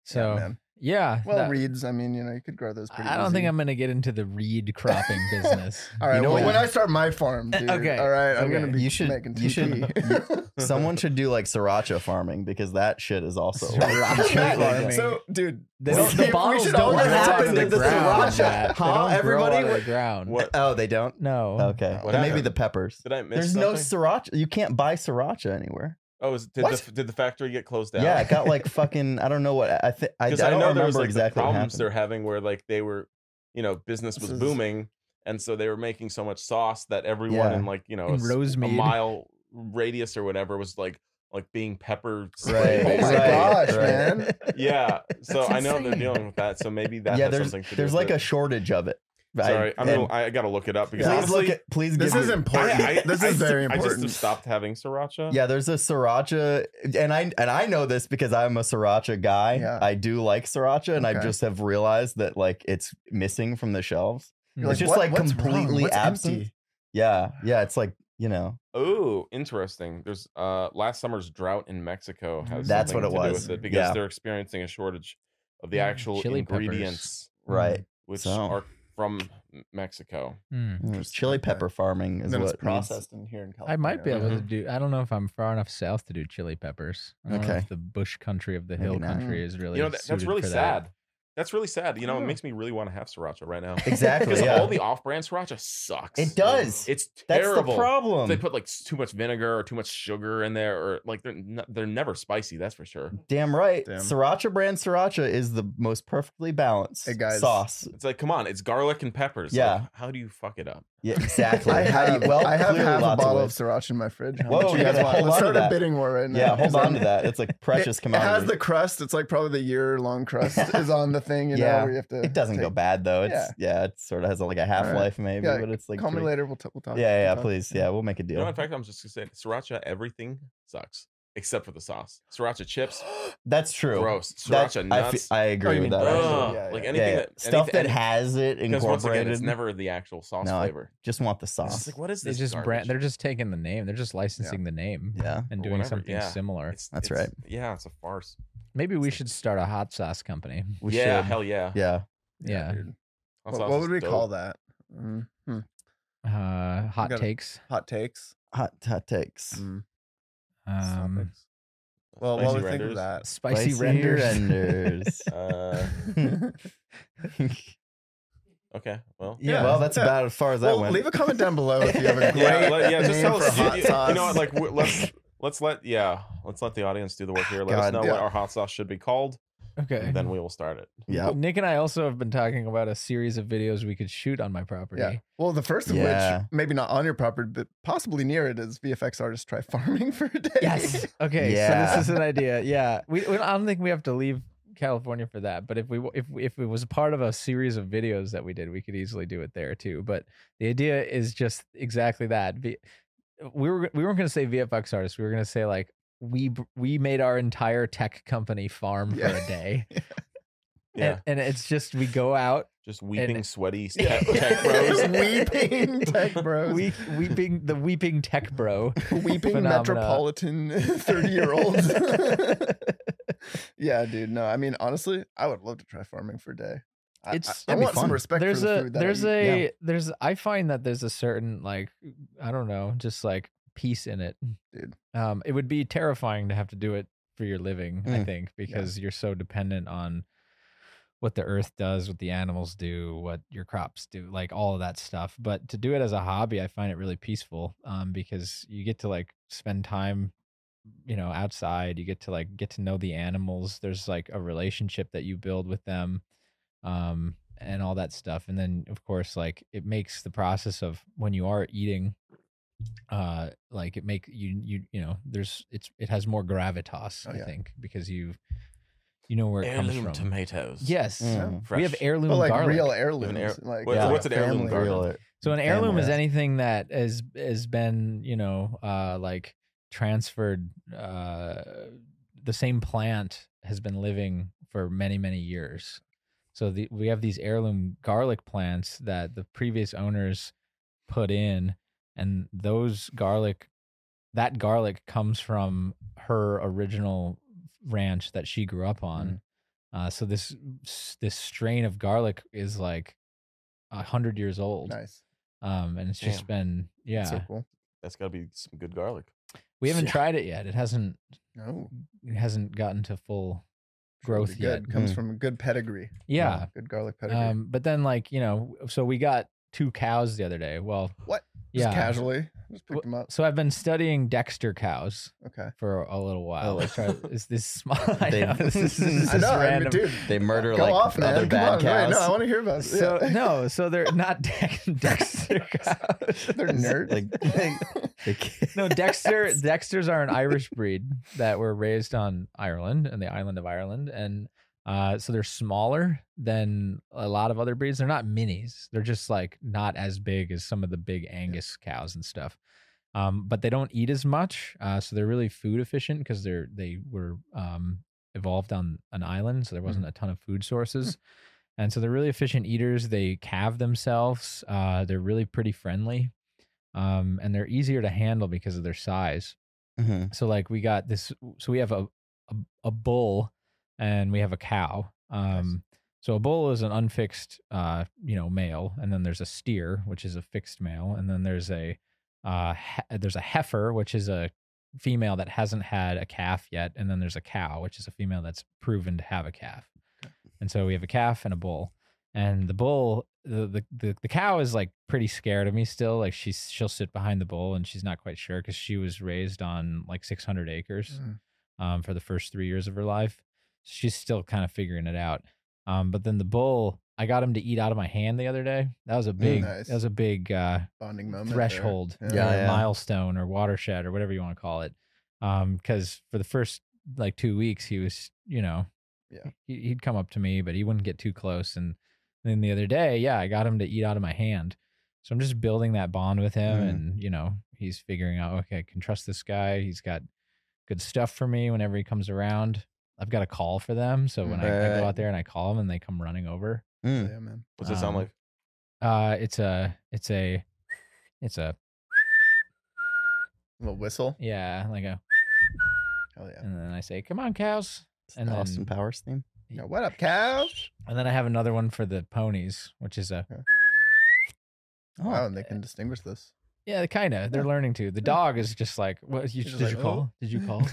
Speaker 1: so yeah,
Speaker 3: man. well,
Speaker 1: that-
Speaker 3: reeds. I mean, you know, you could grow those. pretty
Speaker 1: I don't think
Speaker 3: easy.
Speaker 1: I'm gonna get into the
Speaker 3: [laughs]
Speaker 1: reed cropping business.
Speaker 3: All right.
Speaker 2: know
Speaker 3: well,
Speaker 2: what?
Speaker 3: when I start
Speaker 1: [laughs]
Speaker 3: my farm, dude.
Speaker 1: okay,
Speaker 3: All right. I'm
Speaker 1: okay.
Speaker 3: gonna be
Speaker 2: You should-
Speaker 3: making
Speaker 2: you should-
Speaker 3: [laughs] TP.
Speaker 2: Someone should do like sriracha farming because that shit is also [laughs]
Speaker 1: Sriracha
Speaker 2: completely
Speaker 1: farming.
Speaker 3: so, dude,
Speaker 1: They
Speaker 3: we
Speaker 1: don't,
Speaker 3: should-
Speaker 1: the
Speaker 3: [laughs] we
Speaker 1: bottles
Speaker 3: should
Speaker 1: don't
Speaker 3: all
Speaker 1: grow
Speaker 3: get
Speaker 1: out
Speaker 3: happened
Speaker 1: of
Speaker 3: in
Speaker 1: the
Speaker 3: this
Speaker 1: ground. [laughs]
Speaker 3: sriracha.
Speaker 1: Matt. They
Speaker 2: Huh?
Speaker 1: don't
Speaker 2: Everybody
Speaker 1: grow out of
Speaker 2: would-
Speaker 1: the ground.
Speaker 3: [laughs]
Speaker 4: What-
Speaker 2: Oh, they don't?
Speaker 1: No.
Speaker 2: Okay.
Speaker 4: What
Speaker 2: Maybe
Speaker 4: happened?
Speaker 2: the peppers.
Speaker 4: did I miss?
Speaker 2: There's no
Speaker 4: something?
Speaker 2: sriracha. You can't buy sriracha anywhere.
Speaker 4: Oh, is, did
Speaker 2: What?
Speaker 4: the did the factory get closed down?
Speaker 2: Yeah, it got
Speaker 4: [laughs]
Speaker 2: like fucking. I don't know what I think. I, I
Speaker 4: because
Speaker 2: don't
Speaker 4: I, know
Speaker 2: remember
Speaker 4: there was like
Speaker 2: exactly
Speaker 4: the
Speaker 2: what
Speaker 4: problems they're
Speaker 2: happened.
Speaker 4: having where like they were, you know, business
Speaker 3: This
Speaker 4: was
Speaker 3: is-
Speaker 4: booming, and so they were making so much sauce that everyone
Speaker 2: Yeah.
Speaker 4: in like you know
Speaker 1: In
Speaker 4: a, s- a
Speaker 1: Rosemead.
Speaker 4: mile radius or whatever was like like being pepper
Speaker 2: Right.
Speaker 4: [laughs] sprayed.
Speaker 3: Oh my
Speaker 4: basically.
Speaker 2: right,
Speaker 3: gosh,
Speaker 2: right. [laughs]
Speaker 3: man.
Speaker 4: Yeah, so
Speaker 1: That's
Speaker 3: [laughs]
Speaker 4: I know they're
Speaker 1: insane.
Speaker 4: dealing with that. So maybe that
Speaker 2: yeah,
Speaker 4: has
Speaker 2: there's
Speaker 4: something to do
Speaker 2: there's
Speaker 4: with
Speaker 2: like a
Speaker 4: it.
Speaker 2: shortage of it.
Speaker 4: Sorry, I'm
Speaker 2: and
Speaker 4: gonna, I gotta look it up because
Speaker 2: please
Speaker 4: honestly,
Speaker 2: look at. Please
Speaker 3: This
Speaker 2: give
Speaker 3: is
Speaker 2: me-
Speaker 3: important.
Speaker 4: I, I,
Speaker 3: this
Speaker 4: I just-
Speaker 3: is very important.
Speaker 4: I just have stopped having sriracha.
Speaker 2: Yeah, there's a sriracha, and I and I know this because I'm a sriracha guy.
Speaker 3: Yeah.
Speaker 2: I do like sriracha, and I
Speaker 3: Okay.
Speaker 2: just have realized that like it's missing from the shelves.
Speaker 3: You're
Speaker 2: it's just
Speaker 3: "What-
Speaker 2: like
Speaker 3: what's wrong?
Speaker 2: completely
Speaker 3: What's
Speaker 2: absent.
Speaker 3: empty?"
Speaker 2: Yeah, yeah, it's like you know,
Speaker 4: Oh, interesting. There's uh last summer's drought in Mexico has
Speaker 2: Mm. That's
Speaker 4: something
Speaker 2: what it
Speaker 4: to do
Speaker 2: was.
Speaker 4: with it because
Speaker 2: Yeah.
Speaker 4: they're experiencing a shortage of the
Speaker 1: Mm,
Speaker 4: actual
Speaker 1: chili peppers.
Speaker 4: ingredients
Speaker 2: right?
Speaker 4: which
Speaker 2: So.
Speaker 4: are from M- Mexico.
Speaker 1: Mm.
Speaker 2: Chili pepper farming is
Speaker 3: Then
Speaker 2: what
Speaker 3: it's
Speaker 2: it means. [laughs]
Speaker 4: [laughs]
Speaker 3: processed in here in California.
Speaker 1: I might be
Speaker 3: right?
Speaker 2: Mm-hmm.
Speaker 1: able to do. I don't know if I'm far enough south to do chili peppers. I don't know
Speaker 2: Okay.
Speaker 1: if the bush country of the
Speaker 2: Maybe
Speaker 1: hill
Speaker 2: not.
Speaker 1: country is really.
Speaker 4: you know that, that's
Speaker 1: suited
Speaker 4: really
Speaker 1: for that.
Speaker 4: sad. That's really sad. You know,
Speaker 3: Yeah.
Speaker 4: it makes me really want to have sriracha right now. [laughs]
Speaker 2: Exactly.
Speaker 4: Because
Speaker 2: yeah.
Speaker 4: all the off-brand sriracha sucks.
Speaker 2: it does.
Speaker 4: It's
Speaker 2: That's
Speaker 4: terrible.
Speaker 2: the problem.
Speaker 4: They put like s- too much vinegar or too much sugar in there, or like they're n- they're never spicy. That's for sure.
Speaker 2: Damn right.
Speaker 3: Damn.
Speaker 2: Sriracha brand sriracha is the most perfectly balanced
Speaker 3: Hey, guys.
Speaker 2: sauce.
Speaker 4: It's like, come on, it's garlic and peppers. Like,
Speaker 2: Yeah.
Speaker 4: how do you fuck it up?
Speaker 2: Yeah, exactly.
Speaker 3: [laughs] I
Speaker 2: How do [laughs] you-
Speaker 3: have, well, I have
Speaker 2: clearly
Speaker 3: half a
Speaker 2: lots
Speaker 3: bottle of,
Speaker 2: ways.
Speaker 3: sriracha in my fridge. How
Speaker 2: Whoa,
Speaker 3: much you
Speaker 2: you
Speaker 3: guys
Speaker 2: gotta
Speaker 3: want?
Speaker 2: hold on
Speaker 3: Let's
Speaker 2: to
Speaker 3: start [laughs] a
Speaker 2: that.
Speaker 3: bidding war right now.
Speaker 2: Yeah, hold
Speaker 3: because
Speaker 2: on to
Speaker 3: [laughs] I'm-
Speaker 2: that. It's like precious
Speaker 3: it, it has
Speaker 2: commodity.
Speaker 3: the crust. It's like probably the year long crust is on the thing. You
Speaker 2: Yeah.
Speaker 3: know, where you have to.
Speaker 2: It doesn't go
Speaker 3: take-
Speaker 2: bad though. It's yeah, it sort of has like a half life maybe,
Speaker 3: Yeah,
Speaker 2: but it's like
Speaker 3: Call me
Speaker 2: pretty-
Speaker 3: later. We'll, t- we'll talk.
Speaker 2: Yeah, yeah,
Speaker 3: we'll
Speaker 2: yeah,
Speaker 3: talk.
Speaker 2: please. Yeah, we'll make a
Speaker 4: You know,
Speaker 2: deal.
Speaker 4: in fact, I'm just gonna say sriracha. Everything sucks except for the sauce. Sriracha chips,
Speaker 2: That's true.
Speaker 4: gross.
Speaker 2: That-
Speaker 4: Sriracha
Speaker 2: I fe-
Speaker 4: nuts.
Speaker 2: I agree
Speaker 3: Oh, you
Speaker 2: with
Speaker 3: mean
Speaker 2: that.
Speaker 3: bread?
Speaker 2: actually.
Speaker 4: Ugh,
Speaker 3: Yeah,
Speaker 4: like
Speaker 3: yeah.
Speaker 4: anything
Speaker 2: yeah, yeah.
Speaker 4: that
Speaker 2: stuff that
Speaker 4: anything-
Speaker 2: has it
Speaker 4: because once again, it's
Speaker 2: incorporated.
Speaker 4: never the actual sauce
Speaker 2: No, I-
Speaker 4: flavor.
Speaker 2: Just want the
Speaker 4: It's
Speaker 2: sauce.
Speaker 4: just like what is
Speaker 1: They
Speaker 4: this?
Speaker 1: just
Speaker 4: garbage?
Speaker 1: brand. They're just taking the name. They're just licensing the name.
Speaker 2: Yeah.
Speaker 1: and
Speaker 4: Or
Speaker 1: doing
Speaker 4: whatever,
Speaker 1: something
Speaker 4: yeah.
Speaker 1: similar.
Speaker 4: It's-
Speaker 2: That's
Speaker 4: it's- Yeah, it's a farce.
Speaker 1: Maybe we should start a hot sauce company.
Speaker 2: We
Speaker 4: yeah,
Speaker 2: should.
Speaker 4: hell yeah.
Speaker 2: yeah.
Speaker 1: Yeah,
Speaker 3: dude.
Speaker 4: Hot
Speaker 3: What,
Speaker 4: sauce
Speaker 3: what
Speaker 4: is
Speaker 3: would we
Speaker 4: dope.
Speaker 3: call that? Mm, hmm.
Speaker 1: uh, hot
Speaker 3: gotta-
Speaker 1: takes.
Speaker 3: Hot takes.
Speaker 2: Hot, hot takes.
Speaker 3: Mm.
Speaker 1: Um,
Speaker 3: topics. Well, what
Speaker 4: Spicy
Speaker 3: would we think of
Speaker 4: renders.
Speaker 3: that?
Speaker 1: spicy,
Speaker 2: render
Speaker 1: renders.
Speaker 2: renders.
Speaker 4: Uh, okay, well,
Speaker 3: [laughs]
Speaker 2: yeah,
Speaker 3: Yeah.
Speaker 2: well, that's
Speaker 3: Yeah.
Speaker 2: about as far as I
Speaker 3: Well,
Speaker 2: went.
Speaker 3: leave a comment down below if you have a
Speaker 4: [laughs]
Speaker 3: great
Speaker 4: yeah, let- yeah, just
Speaker 3: name
Speaker 4: tell
Speaker 3: for
Speaker 4: us. You,
Speaker 3: hot
Speaker 4: you-
Speaker 3: sauce.
Speaker 4: you know, what, like w- let's let's let yeah, let's let the audience do the work here. Let us
Speaker 2: God,
Speaker 4: know
Speaker 3: yeah.
Speaker 4: what our hot sauce should be called,
Speaker 1: [laughs] Okay.
Speaker 4: and then we will start it.
Speaker 2: yeah.
Speaker 1: Nick and I also have been talking about a series of videos we could shoot on my property.
Speaker 3: Yeah. Well, the first of
Speaker 2: Yeah.
Speaker 3: which, maybe not on your property, but possibly near it, is VFX artists try farming for [laughs] a day.
Speaker 1: Yes. [laughs] Okay. So
Speaker 2: Yeah.
Speaker 1: this is an idea. Yeah. We, we. I don't think we have to leave California for that. But if we w- if if it was part of a series of videos that we did, we could easily do it there too. But the idea is just exactly that. V- We were we weren't going to say VFX artists. We were going to say like we b- we made our entire tech company farm for
Speaker 3: Yeah.
Speaker 1: a day.
Speaker 4: Yeah,
Speaker 1: And, and it's just we go out
Speaker 4: just weeping, sweaty
Speaker 3: Yeah.
Speaker 4: tech,
Speaker 3: [laughs]
Speaker 4: tech bros. [laughs]
Speaker 3: Weeping tech bros.
Speaker 1: we, weeping the weeping tech bro.
Speaker 3: Weeping
Speaker 1: phenomena.
Speaker 3: metropolitan [laughs] 30
Speaker 1: [laughs]
Speaker 3: year olds. [laughs] yeah, dude. No, I mean, honestly, I would love to try farming for a day. I,
Speaker 1: It's-
Speaker 3: I, I
Speaker 2: That'd be
Speaker 3: want
Speaker 2: fun.
Speaker 3: some respect
Speaker 1: there's
Speaker 3: for the
Speaker 1: a
Speaker 3: food that I
Speaker 1: there's
Speaker 3: eat.
Speaker 1: a there's I find that there's a certain like I don't know just like peace in it.
Speaker 3: Dude.
Speaker 1: Um, it would be terrifying to have to do it for your living. I
Speaker 2: Mm.
Speaker 1: think because you're so dependent on what the earth does, what the animals do, what your crops do, like all of that stuff. But to do it as a hobby, I find it really peaceful. Um, because you get to like spend time you know outside you get to like get to know the animals there's like a relationship that you build with them um and all that stuff and then of course like it makes the process of when you are eating uh like it make you you you know there's it's it has more gravitas
Speaker 3: Oh,
Speaker 1: i
Speaker 3: yeah.
Speaker 1: think because you you know where it
Speaker 4: Heirloom
Speaker 1: comes from
Speaker 4: tomatoes.
Speaker 1: yes
Speaker 2: Mm.
Speaker 4: Fresh.
Speaker 1: we have heirloom
Speaker 3: But like
Speaker 1: garlic
Speaker 3: real heirlooms.
Speaker 4: heir-
Speaker 3: like,
Speaker 4: what-
Speaker 3: yeah,
Speaker 4: what's an heirloom
Speaker 3: family-
Speaker 4: garlic?
Speaker 2: Real-
Speaker 1: So an heirloom
Speaker 2: family
Speaker 1: is
Speaker 2: recipe.
Speaker 1: anything that has has been, you know, uh, like transferred. Uh, the same plant has been living for many many years. So the, we have these heirloom garlic plants that the previous owners put in, and those garlic, that garlic comes from her original ranch that she grew up on. Uh, so this this strain of garlic is like a hundred years old.
Speaker 3: Nice.
Speaker 1: Um, and it's just been yeah.
Speaker 3: So cool.
Speaker 4: That's got to be some good garlic.
Speaker 1: we
Speaker 3: [laughs]
Speaker 1: haven't
Speaker 3: Yeah.
Speaker 1: tried it yet. It hasn't
Speaker 3: No.
Speaker 1: it hasn't gotten to full
Speaker 3: It'll be
Speaker 1: growth yet.
Speaker 3: good. Comes
Speaker 2: Mm.
Speaker 3: from a good pedigree.
Speaker 1: Yeah.
Speaker 3: Good garlic pedigree.
Speaker 1: Um, but then like you know, so we got two cows the other day. Well,
Speaker 3: What?
Speaker 1: Yeah.
Speaker 3: Just casually. Just
Speaker 1: Well,
Speaker 3: picked them up.
Speaker 1: So I've been studying Dexter cows
Speaker 3: Okay.
Speaker 1: for a little while.
Speaker 2: Oh.
Speaker 1: I try, is this small? [laughs] I
Speaker 2: They-
Speaker 1: know, this is, [laughs] this is
Speaker 3: [laughs] I know, I mean,
Speaker 1: random.
Speaker 3: dude.
Speaker 2: They murder
Speaker 3: Go
Speaker 2: like
Speaker 3: off, man.
Speaker 2: other
Speaker 3: Come
Speaker 2: bad
Speaker 3: on, right?
Speaker 2: cows.
Speaker 3: No, I want to hear about it.
Speaker 1: So
Speaker 3: Yeah.
Speaker 1: no, so they're not [laughs] Dex Dexter cows.
Speaker 3: [laughs]
Speaker 2: [laughs]
Speaker 3: They're nerds.
Speaker 2: Like, they-
Speaker 3: [laughs]
Speaker 2: they can't-
Speaker 1: No, Dexter. Dexters are an Irish breed that were raised on Ireland and the island of Ireland, and Uh, so they're smaller than a lot of other breeds. They're not minis. They're just like not as big as some of the big Angus cows and stuff. Um, but they don't eat as much, uh, so they're really food efficient because they're they were um, evolved on an island, so there wasn't a ton of food sources. And so they're really efficient eaters. They calve themselves. Uh, they're really pretty friendly, um, and they're easier to handle because of their size.
Speaker 2: hmm
Speaker 1: So like we got this. So we have a a, a bull and we have a cow. Um, so a bull is an unfixed, uh, you know, male, and then there's a steer, which is a fixed male, and then there's a uh, he- there's a heifer, which is a female that hasn't had a calf yet, and then there's a cow, which is a female that's proven to have a calf. And so we have a calf and a bull, and the bull. The, the the the cow is like pretty scared of me still like she's she'll sit behind the bull and she's not quite sure because she was raised on like 600 acres
Speaker 3: Mm.
Speaker 1: um, for the first three years of her life. She's still kind of figuring it out. Um, but then the bull, I got him to eat out of my hand the other day. That was a big,
Speaker 3: nice.
Speaker 1: that was a big uh,
Speaker 3: Bonding moment. there.
Speaker 1: threshold,
Speaker 3: Yeah.
Speaker 2: Yeah,
Speaker 1: or
Speaker 2: yeah.
Speaker 1: milestone, or watershed, or whatever you want to call it. Because for the first like two weeks, he was, you know,
Speaker 3: Yeah.
Speaker 1: he- he'd come up to me, but he wouldn't get too close. And then the other day, yeah, I got him to eat out of my hand. So I'm just building that bond with him,
Speaker 2: Mhm.
Speaker 1: and you know, he's figuring out, okay, I can trust this guy. He's got good stuff for me whenever he comes around. I've got a call for them, so when I, I
Speaker 2: Right.
Speaker 1: go out there and I call them, and they come running over.
Speaker 3: Yeah,
Speaker 4: Hmm.
Speaker 2: Mm.
Speaker 3: man.
Speaker 4: What's it
Speaker 1: Um,
Speaker 4: sound like?
Speaker 1: Uh, it's a, it's a, it's a,
Speaker 3: little whistle.
Speaker 1: yeah, like a
Speaker 3: Hell yeah.
Speaker 1: And then I say, "Come on, cows!"
Speaker 2: It's
Speaker 1: And
Speaker 2: the
Speaker 1: then,
Speaker 2: Austin Powers theme.
Speaker 3: Now, what up, cows?
Speaker 1: and then I have another one for the ponies, which is a
Speaker 2: Oh,
Speaker 3: Wow, and they can
Speaker 1: [laughs]
Speaker 3: distinguish this.
Speaker 1: yeah, kind of. They're learning to. The dog is just like, "What you,
Speaker 3: She's
Speaker 1: did
Speaker 3: like,
Speaker 1: you call?
Speaker 3: "Oh."
Speaker 1: Did you
Speaker 3: [laughs]
Speaker 1: call?"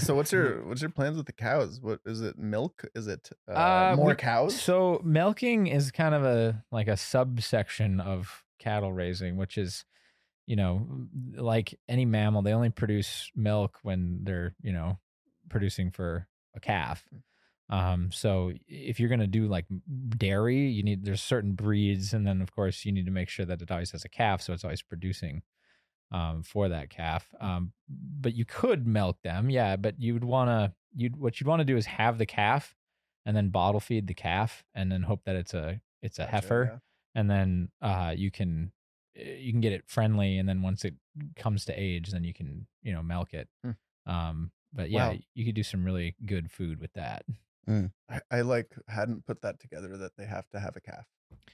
Speaker 3: So what's your what's your plans with the cows? What is it? Milk? Is it uh,
Speaker 1: Uh,
Speaker 3: more
Speaker 1: we-
Speaker 3: cows?
Speaker 1: so milking is kind of a like a subsection of cattle raising, which is you know like any mammal, they only produce milk when they're you know producing for a calf. Um, so if you're gonna do like dairy, you need there's certain breeds, and then of course you need to make sure that it always has a calf, so it's always producing um for that calf. Um, but you could milk them, yeah, but you'd wanna you'd what you'd want to do is have the calf and then bottle feed the calf and then hope that it's a it's a
Speaker 3: Gotcha,
Speaker 1: heifer
Speaker 3: yeah.
Speaker 1: and then uh, you can eh, you can get it friendly, and then once it comes to age, then you can you know milk it.
Speaker 3: Hmm.
Speaker 1: Um, but yeah,
Speaker 3: Wow.
Speaker 1: you could do some really good food with that.
Speaker 3: I, I like hadn't put that together that they have to have a calf.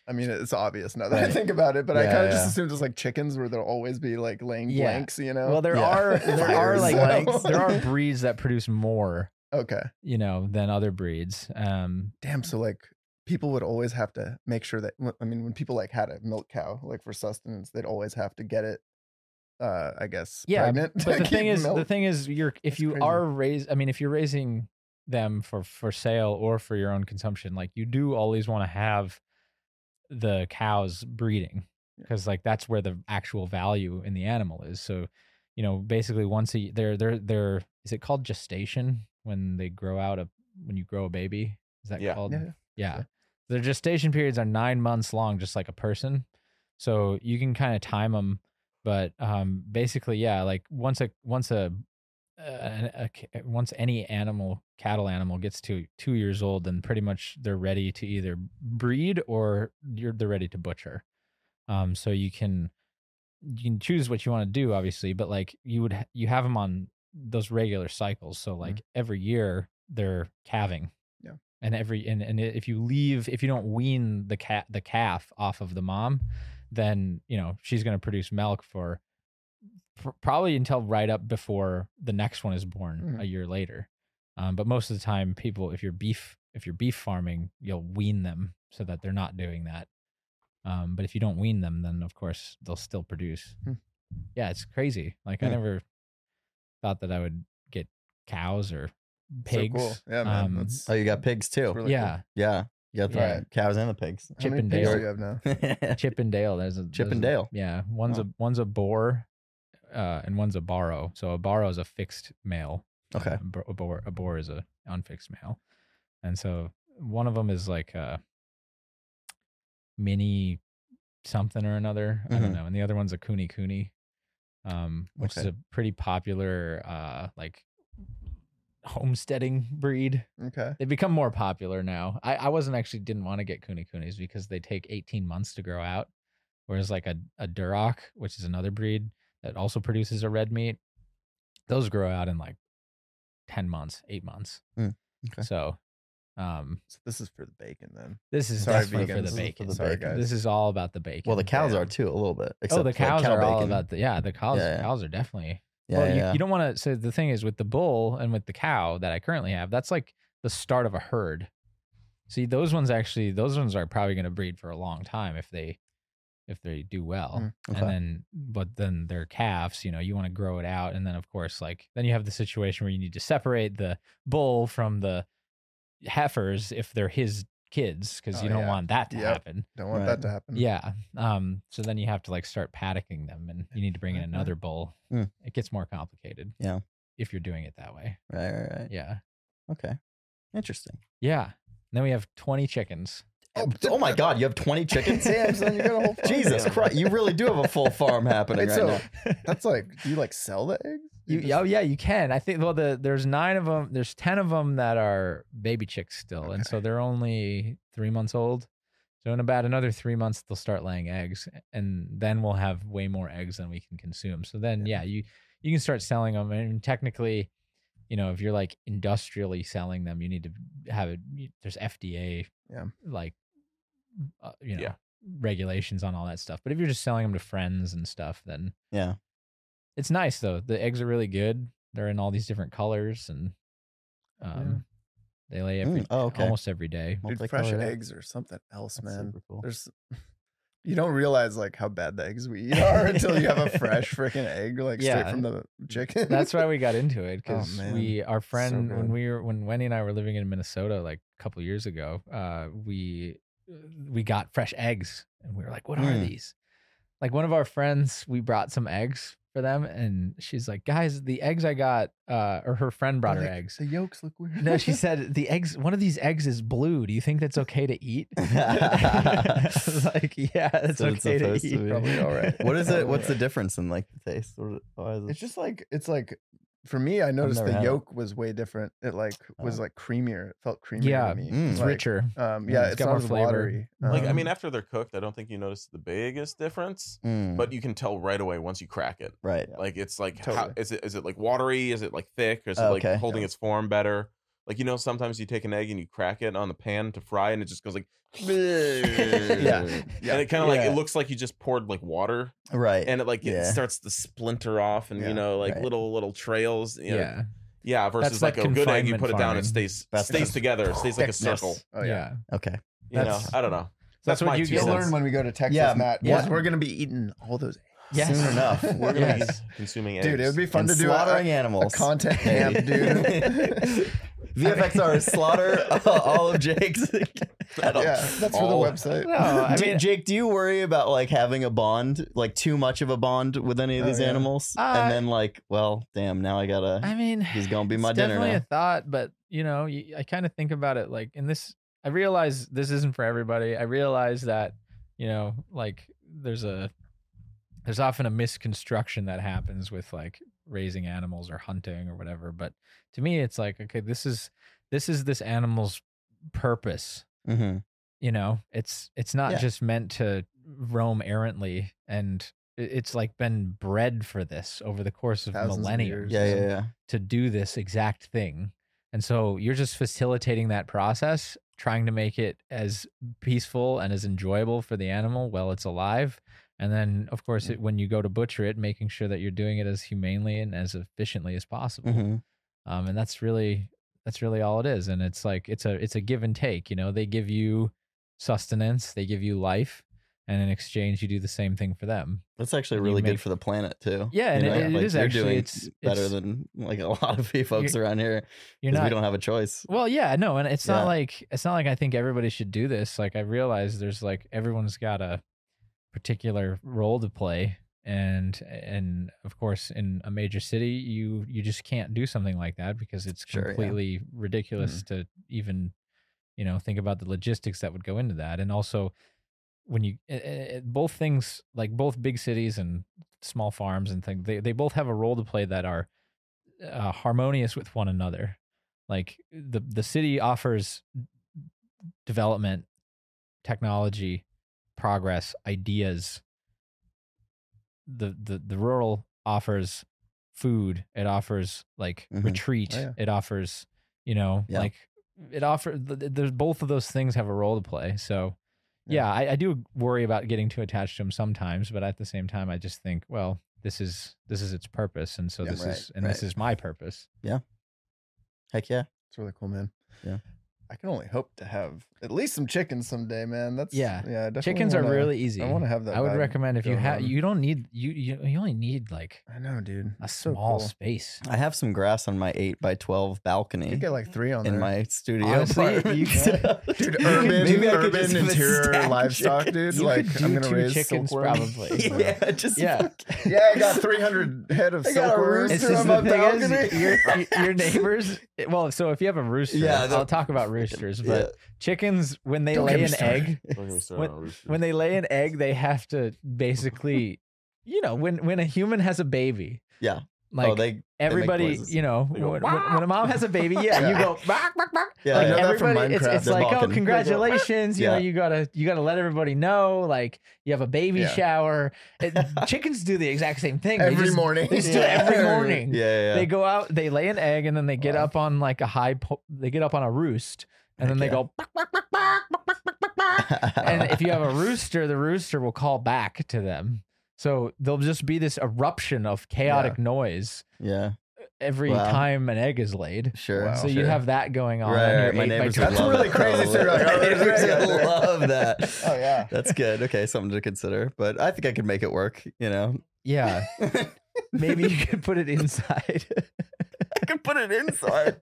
Speaker 3: I mean, it's obvious now that I
Speaker 2: Right.
Speaker 3: think about it, but I
Speaker 2: Yeah,
Speaker 3: kind of just
Speaker 2: yeah.
Speaker 3: assumed it's like chickens where they'll always be like laying
Speaker 1: Yeah.
Speaker 3: blanks, you know?
Speaker 1: Well, there
Speaker 2: Yeah.
Speaker 3: [laughs]
Speaker 1: are there are
Speaker 2: Fires.
Speaker 1: like
Speaker 3: Blanks. [laughs]
Speaker 1: there are breeds that produce more
Speaker 3: okay.
Speaker 1: you know than other breeds. Um,
Speaker 3: Damn. So like people would always have to make sure that wh- I mean, when people like had a milk cow like for sustenance, they'd always have to get it. Uh, I guess.
Speaker 1: yeah,
Speaker 3: pregnant [laughs] to
Speaker 1: but the thing
Speaker 3: keep
Speaker 1: is, the
Speaker 3: milk.
Speaker 1: thing is, you're if
Speaker 3: That's
Speaker 1: you
Speaker 3: crazy.
Speaker 1: are raised, I mean, if you're raising them for for sale or for your own consumption, like you do always want to have the cows breeding because like that's where the actual value in the animal is. So, you know, basically once a they're they're they're is it called gestation when they grow out a when you grow a baby? Is that
Speaker 4: Yeah.
Speaker 1: called?
Speaker 3: Yeah, yeah.
Speaker 1: yeah. Their gestation periods are nine months long, just like a person. So you can kind of time them, but um, basically, yeah, like once a once a, uh, a, a once any animal cattle animal gets to two years old, then pretty much they're ready to either breed or you're they're ready to butcher. Um, so you can you can choose what you want to do, obviously, but like you would ha- you have them on those regular cycles. So like every year they're calving and every and, and if you leave if you don't wean the cat the calf off of the mom then you know she's going to produce milk for pr- probably until right up before the next one is born a
Speaker 3: Mhm.
Speaker 1: year later um, but most of the time people if you're beef if you're beef farming you'll wean them so that they're not doing that um, but if you don't wean them then of course they'll still produce
Speaker 3: Hmm.
Speaker 1: yeah it's crazy like i
Speaker 2: Hmm.
Speaker 1: never thought that i would get cows or
Speaker 3: So
Speaker 1: pigs
Speaker 3: cool. Yeah, man.
Speaker 1: um,
Speaker 3: that's,
Speaker 2: [laughs] oh, you got pigs too.
Speaker 3: that's really cool.
Speaker 1: yeah
Speaker 2: yeah, you got the
Speaker 1: Yeah.
Speaker 2: cows and the pigs.
Speaker 3: How many
Speaker 1: Chippendales.
Speaker 3: pigs do you have
Speaker 1: [laughs]
Speaker 3: now?
Speaker 1: Chip and Dale. There's a
Speaker 2: Chip
Speaker 1: there's
Speaker 2: and
Speaker 1: a-
Speaker 2: Dale.
Speaker 1: yeah, one's a one's a boar, uh, and one's a borrow. So a borrow is a fixed male.
Speaker 2: okay.
Speaker 1: A, bo- a boar a boar is a unfixed male, and so one of them is like a mini something or another. I don't
Speaker 2: Mhm.
Speaker 1: know, and the other one's a cooney cooney, um, which is
Speaker 2: Okay.
Speaker 1: a pretty popular uh like homesteading breed.
Speaker 3: Okay.
Speaker 1: They've become more popular now. I, I wasn't actually didn't want to get Kuni Kunis because they take 18 months to grow out. Whereas like a, a Duroc, which is another breed that also produces a red meat, those grow out in like 10 months, eight months.
Speaker 2: Mm, okay.
Speaker 1: So um
Speaker 3: So this is for the bacon then.
Speaker 1: this is
Speaker 3: Sorry,
Speaker 1: definitely for
Speaker 3: vegans.
Speaker 1: the
Speaker 3: This is for
Speaker 1: bacon.
Speaker 2: the
Speaker 1: Sorry,
Speaker 3: bacon.
Speaker 1: This is all about the bacon.
Speaker 2: [laughs] Well, the cows
Speaker 1: Yeah.
Speaker 2: are too a little bit.
Speaker 1: Oh,
Speaker 2: Except
Speaker 1: the
Speaker 2: for, like,
Speaker 1: cows
Speaker 2: cow
Speaker 1: are all
Speaker 2: bacon.
Speaker 1: about the yeah. The cows,
Speaker 2: Yeah, yeah.
Speaker 1: cows are definitely
Speaker 2: Yeah,
Speaker 1: well, you,
Speaker 2: yeah.
Speaker 1: you don't want to. So the thing is, with the bull and with the cow that I currently have, that's like the start of a herd. See, those ones actually, those ones are probably going to breed for a long time if they, if they do well.
Speaker 3: Mm,
Speaker 2: okay.
Speaker 1: And then, but then their calves, you know, you want to grow it out, and then of course, like then you have the situation where you need to separate the bull from the heifers if they're his kids, because
Speaker 3: Oh,
Speaker 1: you don't
Speaker 3: yeah.
Speaker 1: want that to
Speaker 3: Yep.
Speaker 1: happen.
Speaker 3: Don't want
Speaker 2: Right.
Speaker 3: that to happen.
Speaker 1: Yeah. Um. So then you have to like start paddocking them, and you need to bring in
Speaker 3: Okay.
Speaker 1: another bull.
Speaker 2: Mm.
Speaker 1: It gets more complicated.
Speaker 2: Yeah.
Speaker 1: If you're doing it that way.
Speaker 2: Right, right, right.
Speaker 1: Yeah.
Speaker 2: Okay. Interesting.
Speaker 1: Yeah. And then we have 20 chickens.
Speaker 2: [laughs] Oh, oh my God, you have 20 [laughs] chickens?
Speaker 3: Samson, you got a whole farm.
Speaker 2: Jesus
Speaker 3: Yeah.
Speaker 2: Christ, you really do have
Speaker 3: [laughs]
Speaker 2: a full farm happening
Speaker 3: Wait,
Speaker 2: right
Speaker 3: so
Speaker 2: now.
Speaker 3: [laughs] that's like do you like sell the eggs? Do
Speaker 1: You,
Speaker 3: just-
Speaker 1: oh yeah, you can. I think well, the there's nine of them. There's ten of them that are baby chicks still, and so they're only three months old. So in about another three months, they'll start laying eggs, and then we'll have way more eggs than we can consume. So then, yeah, you you can start selling them, and technically, you know, if you're like industrially selling them, you need to have it. There's FDA,
Speaker 3: Yeah.
Speaker 1: like, uh, you know,
Speaker 4: Yeah.
Speaker 1: regulations on all that stuff. But if you're just selling them to friends and stuff, then
Speaker 2: Yeah.
Speaker 1: it's nice though. The eggs are really good. They're in all these different colors, and um, they lay every
Speaker 2: Mm, oh, okay.
Speaker 1: almost every day.
Speaker 3: Dude, fresh
Speaker 2: Multicolored
Speaker 3: eggs or something else,
Speaker 2: That's
Speaker 3: man.
Speaker 2: super cool. [laughs]
Speaker 3: There's [laughs] you don't realize like how bad the
Speaker 1: [laughs]
Speaker 3: eggs we eat are until you have a fresh freaking egg like
Speaker 1: Yeah.
Speaker 3: straight from the chicken. [laughs] Oh,
Speaker 1: That's why we got into it because
Speaker 3: man.
Speaker 1: we, our friend,
Speaker 4: good.
Speaker 1: when we were when Wendy and I were living in Minnesota like a couple years ago, uh, we we got fresh eggs, and we were like, "What are
Speaker 3: Hmm.
Speaker 2: Mm.
Speaker 1: these?" Like one of our friends, we brought some eggs for them, and she's like, "Guys, the eggs I got, uh, or her friend brought her
Speaker 3: Like,
Speaker 1: eggs."
Speaker 3: The yolks look weird.
Speaker 1: No,
Speaker 3: [laughs]
Speaker 1: she said the eggs. One of these eggs is blue. Do you think that's okay to
Speaker 3: [laughs]
Speaker 1: eat? [laughs] I was like, yeah, that's
Speaker 2: So it's
Speaker 1: okay to
Speaker 2: supposed to
Speaker 1: eat.
Speaker 2: be.
Speaker 3: Probably all right.
Speaker 2: What is it? What's the
Speaker 3: [laughs] Alright.
Speaker 2: difference in like the taste? What- why is it-
Speaker 3: It's just like it's like for me, I noticed
Speaker 2: never
Speaker 3: the
Speaker 2: had it.
Speaker 3: yolk was way different. It like was
Speaker 2: Oh.
Speaker 3: like creamier. It felt creamier
Speaker 1: Uh-huh. Yeah,
Speaker 3: to me.
Speaker 2: Mm.
Speaker 1: It's
Speaker 3: Like,
Speaker 1: richer.
Speaker 3: Um,
Speaker 1: Yeah,
Speaker 3: yeah,
Speaker 1: it's
Speaker 3: it's
Speaker 1: got
Speaker 3: it
Speaker 1: more
Speaker 3: sounds
Speaker 1: flavor.
Speaker 3: watery.
Speaker 4: Like I
Speaker 3: Um,
Speaker 4: mean, after they're cooked, I don't think you notice the biggest difference,
Speaker 2: Mm,
Speaker 4: but you can tell right away once you crack it.
Speaker 2: right.
Speaker 4: Like it's like how,
Speaker 3: Totally.
Speaker 4: is it is it like watery? Is it like thick? Or is it
Speaker 2: Oh,
Speaker 4: like
Speaker 2: okay.
Speaker 4: holding its form better? Like you know, sometimes you take an egg and you crack it on the pan to fry, and it just goes like,
Speaker 2: Yeah.
Speaker 3: yeah,
Speaker 4: and it kind of like
Speaker 2: Yeah.
Speaker 4: it looks like you just poured like water,
Speaker 2: Right.
Speaker 4: and it like it
Speaker 2: Yeah.
Speaker 4: starts to splinter off, and
Speaker 3: Yeah,
Speaker 4: you know like
Speaker 2: right.
Speaker 4: little little trails. You know, yeah,
Speaker 1: Yeah.
Speaker 4: Versus
Speaker 1: like
Speaker 4: like a good egg, you
Speaker 1: confinement
Speaker 4: put it down,
Speaker 1: farming.
Speaker 4: it stays
Speaker 2: That's
Speaker 4: stays
Speaker 2: just
Speaker 4: together, it stays like a
Speaker 3: thickness.
Speaker 4: circle.
Speaker 3: Oh yeah.
Speaker 1: yeah.
Speaker 2: okay.
Speaker 4: You know,
Speaker 3: That's-
Speaker 4: I don't know.
Speaker 1: That's
Speaker 4: my
Speaker 1: what you
Speaker 4: two
Speaker 3: You'll
Speaker 1: get.
Speaker 4: cents.
Speaker 3: learn when we go to Texas,
Speaker 2: Yeah,
Speaker 3: Matt.
Speaker 2: yeah.
Speaker 3: because We're gonna be eating all those
Speaker 1: Yes.
Speaker 2: Soon enough, we're
Speaker 4: We're gonna
Speaker 1: Yes.
Speaker 4: be consuming eggs. [laughs]
Speaker 3: Dude, it would be fun
Speaker 2: and
Speaker 3: to do
Speaker 2: slaughtering
Speaker 3: a, a
Speaker 2: animals. [laughs]
Speaker 3: content ham,
Speaker 2: Hey. [laughs]
Speaker 3: dude.
Speaker 2: VFXR is
Speaker 3: [laughs]
Speaker 2: slaughter uh, all of Jake's. [laughs] cattle.
Speaker 3: yeah, that's for the
Speaker 4: All-
Speaker 3: website.
Speaker 1: No, I
Speaker 2: Do-
Speaker 1: mean,
Speaker 2: Jake, do you worry about like having a bond, like too much of a bond with any of
Speaker 3: Oh,
Speaker 2: these
Speaker 3: yeah.
Speaker 2: animals,
Speaker 1: Uh,
Speaker 2: and then like, well, damn, now I gotta.
Speaker 1: I mean,
Speaker 2: he's gonna be my
Speaker 1: it's
Speaker 2: dinner
Speaker 1: definitely
Speaker 2: now.
Speaker 1: a thought, but you know, y- I kind of think about it like, in this, I realize this isn't for everybody. I realize that, you know, like there's a, there's often a misconstruction that happens with like raising animals or hunting or whatever. But to me, it's like, okay, this is, this is this animal's purpose.
Speaker 2: Mhm.
Speaker 1: you know it's it's not
Speaker 2: Yeah.
Speaker 1: just meant to roam errantly and i- it's like been bred for this over the course of
Speaker 3: Thousands of
Speaker 1: millennia
Speaker 3: years.
Speaker 2: Yeah, yeah, yeah.
Speaker 1: to do this exact thing and so you're just facilitating that process trying to make it as peaceful and as enjoyable for the animal while it's alive and then of course it, when you go to butcher it making sure that you're doing it as humanely and as efficiently as possible
Speaker 2: Mhm.
Speaker 1: um, and that's really that's really all it is and it's like it's a it's a give and take you know they give you sustenance they give you life and in exchange you do the same thing for them
Speaker 2: That's actually
Speaker 1: And you
Speaker 2: really
Speaker 1: make-
Speaker 2: good for the planet too.
Speaker 1: Yeah, and it- it is
Speaker 2: you're
Speaker 1: actually-
Speaker 2: doing
Speaker 1: it's-
Speaker 2: better
Speaker 1: it's-
Speaker 2: than like a [laughs] lot of folks
Speaker 1: You're-
Speaker 2: around here.
Speaker 1: you're
Speaker 2: Because
Speaker 1: not
Speaker 2: we don't have a choice.
Speaker 1: well yeah no and it's
Speaker 2: Yeah.
Speaker 1: not like it's not like i think everybody should do this like i realize there's like everyone's got a particular role to play and and of course in a major city you you just can't do something like that because it's
Speaker 2: Sure, yeah. Mm-hmm.
Speaker 1: completely ridiculous to even you know think about the logistics that would go into that and also when you eh, eh, eh, both things like both big cities and small farms and things they, they both have a role to play that are uh, harmonious with one another Like the the city offers development, technology, progress, ideas. The the the rural offers food. It offers like
Speaker 2: Mhm.
Speaker 1: retreat.
Speaker 3: Oh, yeah.
Speaker 1: It offers you know
Speaker 2: Yeah.
Speaker 1: like it offers. There's both of those things have a role to play. So yeah,
Speaker 3: Yeah.
Speaker 1: I, I do worry about getting too attached to them sometimes, but at the same time, I just think, well, this is this is its purpose, and so
Speaker 2: Yeah,
Speaker 1: this
Speaker 2: right,
Speaker 1: is and this
Speaker 2: right.
Speaker 1: is my purpose.
Speaker 2: Heck yeah.
Speaker 3: It's really cool, man.
Speaker 2: Yeah.
Speaker 3: I can only hope to have at least some chickens someday, man. That's
Speaker 1: Yeah.
Speaker 3: Yeah, I definitely
Speaker 1: Chickens are
Speaker 3: wanna-
Speaker 1: really easy.
Speaker 3: I want to have that.
Speaker 1: I would
Speaker 3: vibe
Speaker 1: recommend if you
Speaker 3: going
Speaker 1: have
Speaker 3: on.
Speaker 1: you don't need you you you only need like
Speaker 3: I know, dude.
Speaker 1: a
Speaker 3: It's so
Speaker 1: small
Speaker 3: cool.
Speaker 1: space.
Speaker 2: I have some grass on my 8 by 12
Speaker 3: You
Speaker 2: balcony
Speaker 3: could get like three on
Speaker 2: in
Speaker 3: there.
Speaker 2: my studio
Speaker 1: Honestly,
Speaker 2: apartment. [laughs]
Speaker 1: you
Speaker 2: could,
Speaker 3: Dude, urban,
Speaker 2: Maybe I could
Speaker 3: urban
Speaker 2: just
Speaker 3: interior
Speaker 2: stack
Speaker 3: livestock,
Speaker 2: chickens.
Speaker 3: dude.
Speaker 1: You
Speaker 3: like,
Speaker 1: could do
Speaker 3: I'm gonna
Speaker 1: two
Speaker 3: raise
Speaker 1: chickens
Speaker 3: silkworms. [laughs]
Speaker 1: probably.
Speaker 2: [laughs] yeah, just
Speaker 1: Yeah.
Speaker 3: yeah, I got 300 head of
Speaker 2: I got a
Speaker 3: silkworms.
Speaker 1: It's
Speaker 2: rooster
Speaker 1: just
Speaker 3: on my
Speaker 1: the thing is,
Speaker 3: balcony. [laughs]
Speaker 1: your, your- your neighbors. Well, so if you have a rooster,
Speaker 2: Yeah,
Speaker 1: I'll
Speaker 2: that-
Speaker 1: talk about roosters. But chickens, when they
Speaker 3: Don't get
Speaker 1: lay
Speaker 3: me
Speaker 1: an
Speaker 3: started.
Speaker 1: egg,
Speaker 4: Don't get me started
Speaker 1: When-
Speaker 4: on roosters.
Speaker 1: when they lay an egg, they have to basically, you know, when when a human has a baby,
Speaker 2: Yeah.
Speaker 1: like
Speaker 2: oh, they
Speaker 1: everybody,
Speaker 2: noises.
Speaker 1: you know,
Speaker 4: They go,
Speaker 1: when, when- when a mom has a baby, yeah, you
Speaker 3: Yeah.
Speaker 1: go, bark, bark, bark.
Speaker 2: Yeah,
Speaker 1: like
Speaker 2: I know
Speaker 3: that from
Speaker 1: everybody, it's,
Speaker 3: Minecraft.
Speaker 1: it's
Speaker 2: They're
Speaker 1: like, oh,
Speaker 2: barking.
Speaker 1: congratulations, you know,
Speaker 2: Yeah.
Speaker 1: you gotta you gotta let everybody know, like you have a baby
Speaker 3: Yeah.
Speaker 2: [laughs]
Speaker 1: shower. It- chickens do the exact same thing They
Speaker 3: Every
Speaker 1: just-
Speaker 3: morning.
Speaker 1: They just do it every morning.
Speaker 2: Yeah, yeah, yeah.
Speaker 1: They go out, they lay an egg, and then they get
Speaker 3: Wow.
Speaker 1: up on like a high, po- they get up on a roost, and then they
Speaker 2: Heck yeah.
Speaker 1: go, bark, bark, bark, bark, bark, bark, bark, bark, bark and if you have a rooster, the rooster will call back to them. So there'll just be this eruption of chaotic noise
Speaker 2: [laughs] yeah,
Speaker 1: every
Speaker 2: Wow.
Speaker 1: time an egg is laid.
Speaker 2: sure.
Speaker 3: Wow.
Speaker 1: so
Speaker 3: Oh,
Speaker 1: you
Speaker 2: sure.
Speaker 1: have that going on.
Speaker 2: Right,
Speaker 1: and you're
Speaker 2: right, my
Speaker 1: eight by
Speaker 2: neighbors would
Speaker 1: 12.
Speaker 3: That's really
Speaker 2: that,
Speaker 3: crazy,
Speaker 2: probably.
Speaker 3: sir. Like, oh,
Speaker 2: My
Speaker 3: there's
Speaker 2: neighbors
Speaker 3: an egg
Speaker 2: would
Speaker 3: out there.
Speaker 2: love that.
Speaker 3: [laughs] Oh, yeah.
Speaker 2: That's good. Okay, something to consider. But I think I could make it work. You know,
Speaker 1: Yeah. Maybe you could put it inside.
Speaker 2: I could put it inside.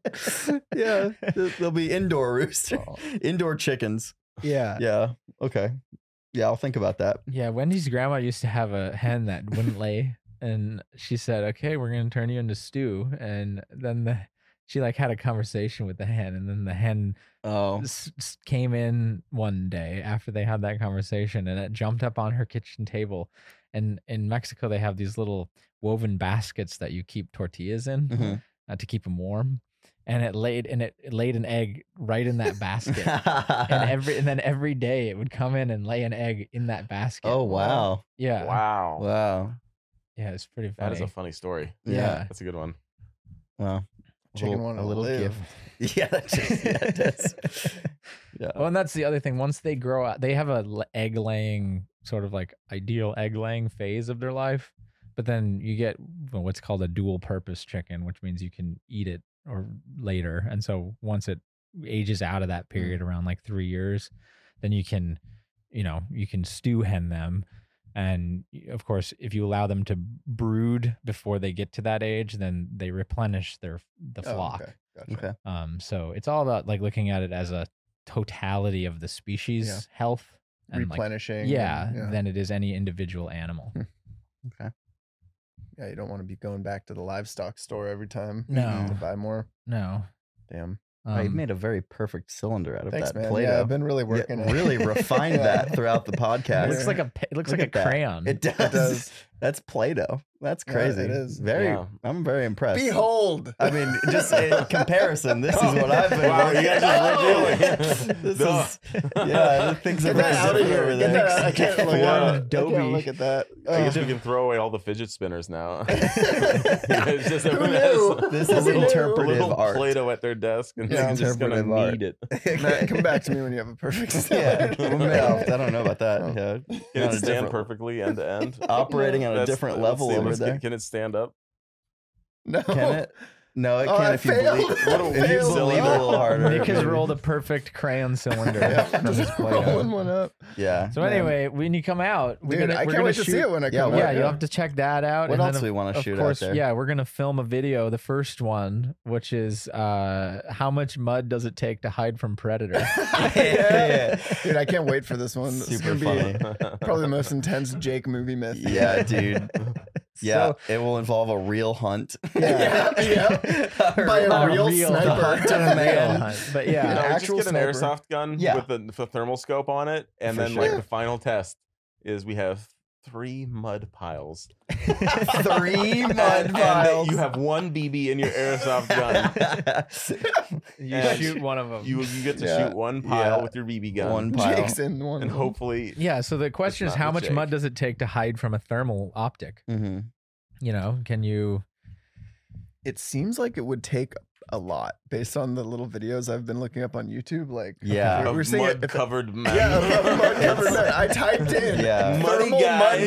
Speaker 2: yeah,
Speaker 1: [laughs]
Speaker 2: th- there'll be indoor [laughs] rooster, indoor chickens.
Speaker 1: yeah.
Speaker 2: Yeah. Okay. Yeah, I'll think about that.
Speaker 1: Yeah. Wendy's grandma used to have a hen that wouldn't lay. And she said, okay, we're going to turn you into stew. And then the, she like had a conversation with the hen. And then the hen
Speaker 2: Oh, [laughs]
Speaker 1: s- s- came in one day after they had that conversation and it jumped up on her kitchen table and in mexico they have these little woven baskets that you keep tortillas in
Speaker 2: Mhm.
Speaker 1: uh, to keep them warm and it laid and it, it laid an egg right in that basket
Speaker 2: [laughs]
Speaker 1: and every and then every day it would come in and lay an egg in that basket
Speaker 2: oh wow,
Speaker 1: yeah
Speaker 4: wow.
Speaker 2: wow,
Speaker 1: yeah it's pretty funny
Speaker 4: That is a funny story.
Speaker 2: Yeah.
Speaker 1: yeah
Speaker 4: That's a good one.
Speaker 2: wow.
Speaker 3: Chicken
Speaker 2: Little-
Speaker 3: wanted
Speaker 2: a
Speaker 3: to
Speaker 2: little
Speaker 3: live.
Speaker 2: gift. [laughs] Yeah, that just, yeah,
Speaker 1: [laughs]
Speaker 2: it does.
Speaker 3: [laughs]
Speaker 2: Yeah.
Speaker 1: Oh, and that's the other thing. Once they grow out, they have a egg laying sort of like ideal egg laying phase of their life. But then you get well, what's called a dual purpose chicken, which means you can eat it or later. And so once it ages out of that
Speaker 3: Hmm.
Speaker 1: period around like three years, then you can, you know, you can stew hen them. And y- of course, if you allow them to brood before they get to that age, then they replenish their the
Speaker 3: Oh,
Speaker 1: flock.
Speaker 3: okay. Gotcha.
Speaker 2: Okay.
Speaker 1: Um, so it's all about like looking at it as a totality of the species
Speaker 3: Yeah.
Speaker 1: health and like,
Speaker 3: Replenishing. and-
Speaker 1: yeah,
Speaker 3: yeah.
Speaker 1: than it is any individual animal.
Speaker 3: Yeah, you don't want to be going back to the livestock store every time.
Speaker 2: Mm.
Speaker 1: No.
Speaker 3: To buy more.
Speaker 1: No,
Speaker 3: Damn.
Speaker 2: I
Speaker 1: Um,
Speaker 2: Oh, made a very perfect cylinder out of
Speaker 3: Thanks,
Speaker 2: that
Speaker 3: man.
Speaker 2: Play-Doh.
Speaker 3: Yeah, I've been really
Speaker 2: Yeah,
Speaker 3: working. at
Speaker 1: [laughs]
Speaker 3: it.
Speaker 2: really refined
Speaker 3: [laughs] Yeah.
Speaker 2: that throughout the podcast.
Speaker 1: it looks like a pa- it looks
Speaker 2: Look
Speaker 1: like a
Speaker 2: at that.
Speaker 1: crayon.
Speaker 3: [laughs]
Speaker 2: It does. [laughs]
Speaker 3: does.
Speaker 2: That's Play-Doh. That's
Speaker 3: Yeah,
Speaker 2: crazy.
Speaker 3: it is.
Speaker 2: Very.
Speaker 4: Yeah.
Speaker 2: I'm very impressed.
Speaker 3: Behold.
Speaker 2: I mean, just
Speaker 3: [laughs]
Speaker 2: in comparison, this is what I've been.
Speaker 4: Wow, you guys
Speaker 2: just
Speaker 4: are
Speaker 2: revealing.
Speaker 4: revealing.
Speaker 2: [laughs]
Speaker 4: [laughs]
Speaker 2: this
Speaker 4: Duh.
Speaker 2: is. [laughs]
Speaker 4: [laughs]
Speaker 2: Yeah, things are
Speaker 3: Get
Speaker 2: very
Speaker 3: that out of
Speaker 2: different
Speaker 3: here.
Speaker 2: over
Speaker 3: Get
Speaker 2: there.
Speaker 3: that out. I
Speaker 2: [laughs]
Speaker 3: can't look
Speaker 4: Yeah.
Speaker 3: at it. I
Speaker 1: Adobe.
Speaker 3: can't look at [laughs] that.
Speaker 4: I guess
Speaker 3: Oh.
Speaker 4: we can throw away all the fidget spinners now. [laughs] It's just
Speaker 3: Who
Speaker 4: everyone has [laughs]
Speaker 3: knew?
Speaker 4: a
Speaker 2: This
Speaker 3: Who
Speaker 2: is
Speaker 3: knew?
Speaker 2: interpretive
Speaker 4: little
Speaker 2: art. [laughs]
Speaker 4: Play-Doh at their desk, and
Speaker 3: Yeah,
Speaker 4: they're just gonna
Speaker 2: interpretive art.
Speaker 4: need
Speaker 2: [laughs]
Speaker 4: it.
Speaker 3: Matt, come back Oh. to me when you have a perfect
Speaker 2: Yeah, [laughs]
Speaker 3: salad. [laughs]
Speaker 2: well, no, I don't know about that. Yeah,
Speaker 4: Can
Speaker 2: On
Speaker 4: it
Speaker 2: a
Speaker 4: stand
Speaker 2: different-
Speaker 4: perfectly end to end?
Speaker 2: Operating on a
Speaker 4: That's-
Speaker 2: different
Speaker 4: let's
Speaker 2: level
Speaker 4: see,
Speaker 2: over
Speaker 4: let's get-
Speaker 2: there.
Speaker 4: Can it stand up?
Speaker 3: No.
Speaker 2: Can
Speaker 3: [laughs]
Speaker 2: it? No, it
Speaker 3: Oh,
Speaker 2: can't [laughs]
Speaker 3: I
Speaker 2: if you
Speaker 3: failed.
Speaker 2: believe.
Speaker 3: I
Speaker 2: If you
Speaker 3: failed.
Speaker 2: believe a little harder.
Speaker 1: Nick has
Speaker 2: maybe.
Speaker 1: rolled a perfect
Speaker 2: [laughs]
Speaker 1: crayon cylinder
Speaker 3: Yeah,
Speaker 1: from his
Speaker 3: just
Speaker 1: play
Speaker 3: rolling one up.
Speaker 2: Yeah.
Speaker 1: So
Speaker 3: Man.
Speaker 1: anyway, when you come out, we're
Speaker 3: Dude,
Speaker 1: gonna, we're
Speaker 3: I can't
Speaker 1: gonna
Speaker 3: wait
Speaker 1: shoot,
Speaker 3: to see it when I
Speaker 2: Yeah,
Speaker 3: come
Speaker 1: Yeah,
Speaker 3: out.
Speaker 1: you'll have to check that out. and
Speaker 2: What
Speaker 1: then
Speaker 2: else we want to
Speaker 1: of
Speaker 2: shoot
Speaker 1: course,
Speaker 2: out [laughs] there?
Speaker 1: yeah, we're gonna film a video. The first one, which is uh, how much mud does it take to hide from predator?
Speaker 2: yeah, yeah,
Speaker 3: [laughs] Dude, I can't wait for this one. This is
Speaker 2: Super
Speaker 3: gonna
Speaker 2: funny. [laughs]
Speaker 3: [laughs] be probably
Speaker 1: [laughs]
Speaker 3: the most intense Jake movie myth. [laughs]
Speaker 2: Yeah, dude. Yeah, it will involve a real hunt.
Speaker 3: [laughs]
Speaker 2: [laughs]
Speaker 3: Yeah. By a
Speaker 1: Not
Speaker 3: real [laughs] sniper.
Speaker 1: [laughs] hunt,
Speaker 2: To
Speaker 1: a real
Speaker 2: man.
Speaker 1: hunt, but
Speaker 4: No,
Speaker 1: yeah,
Speaker 4: we
Speaker 3: actual
Speaker 4: just get an
Speaker 3: sniper.
Speaker 4: airsoft gun
Speaker 2: Yeah.
Speaker 4: with the, the thermal scope on it, and
Speaker 2: For
Speaker 4: then like
Speaker 2: sure.
Speaker 4: the final test is we have three mud piles.
Speaker 2: Three
Speaker 4: And-
Speaker 2: mud
Speaker 4: and
Speaker 2: piles.
Speaker 4: You have one BB in your airsoft gun.
Speaker 2: [laughs]
Speaker 3: [laughs]
Speaker 1: You
Speaker 4: And
Speaker 1: shoot one of them.
Speaker 4: You you get to
Speaker 2: Yeah.
Speaker 4: shoot one pile
Speaker 2: Yeah.
Speaker 4: with your BB gun.
Speaker 2: One pile.
Speaker 3: Jake's in one.
Speaker 4: and
Speaker 3: of them.
Speaker 4: hopefully
Speaker 1: yeah. So the question
Speaker 4: It's
Speaker 1: is,
Speaker 4: not
Speaker 1: how
Speaker 4: the
Speaker 1: much
Speaker 4: Jake.
Speaker 1: mud does it take to hide from a thermal optic?
Speaker 2: Mhm.
Speaker 1: You know, can you?
Speaker 3: It seems like it would take a lot based on the little videos I've been looking up on YouTube. Like, [laughs]
Speaker 2: Yeah.
Speaker 3: we
Speaker 4: a
Speaker 3: were seeing it.
Speaker 4: mud
Speaker 3: if it-
Speaker 4: covered man.
Speaker 3: [laughs] yeah, a mud
Speaker 2: [laughs]
Speaker 3: covered
Speaker 2: It's-
Speaker 4: [laughs]
Speaker 3: man. I typed in
Speaker 2: Yeah.
Speaker 4: Muddy
Speaker 3: thermal mud
Speaker 4: guys.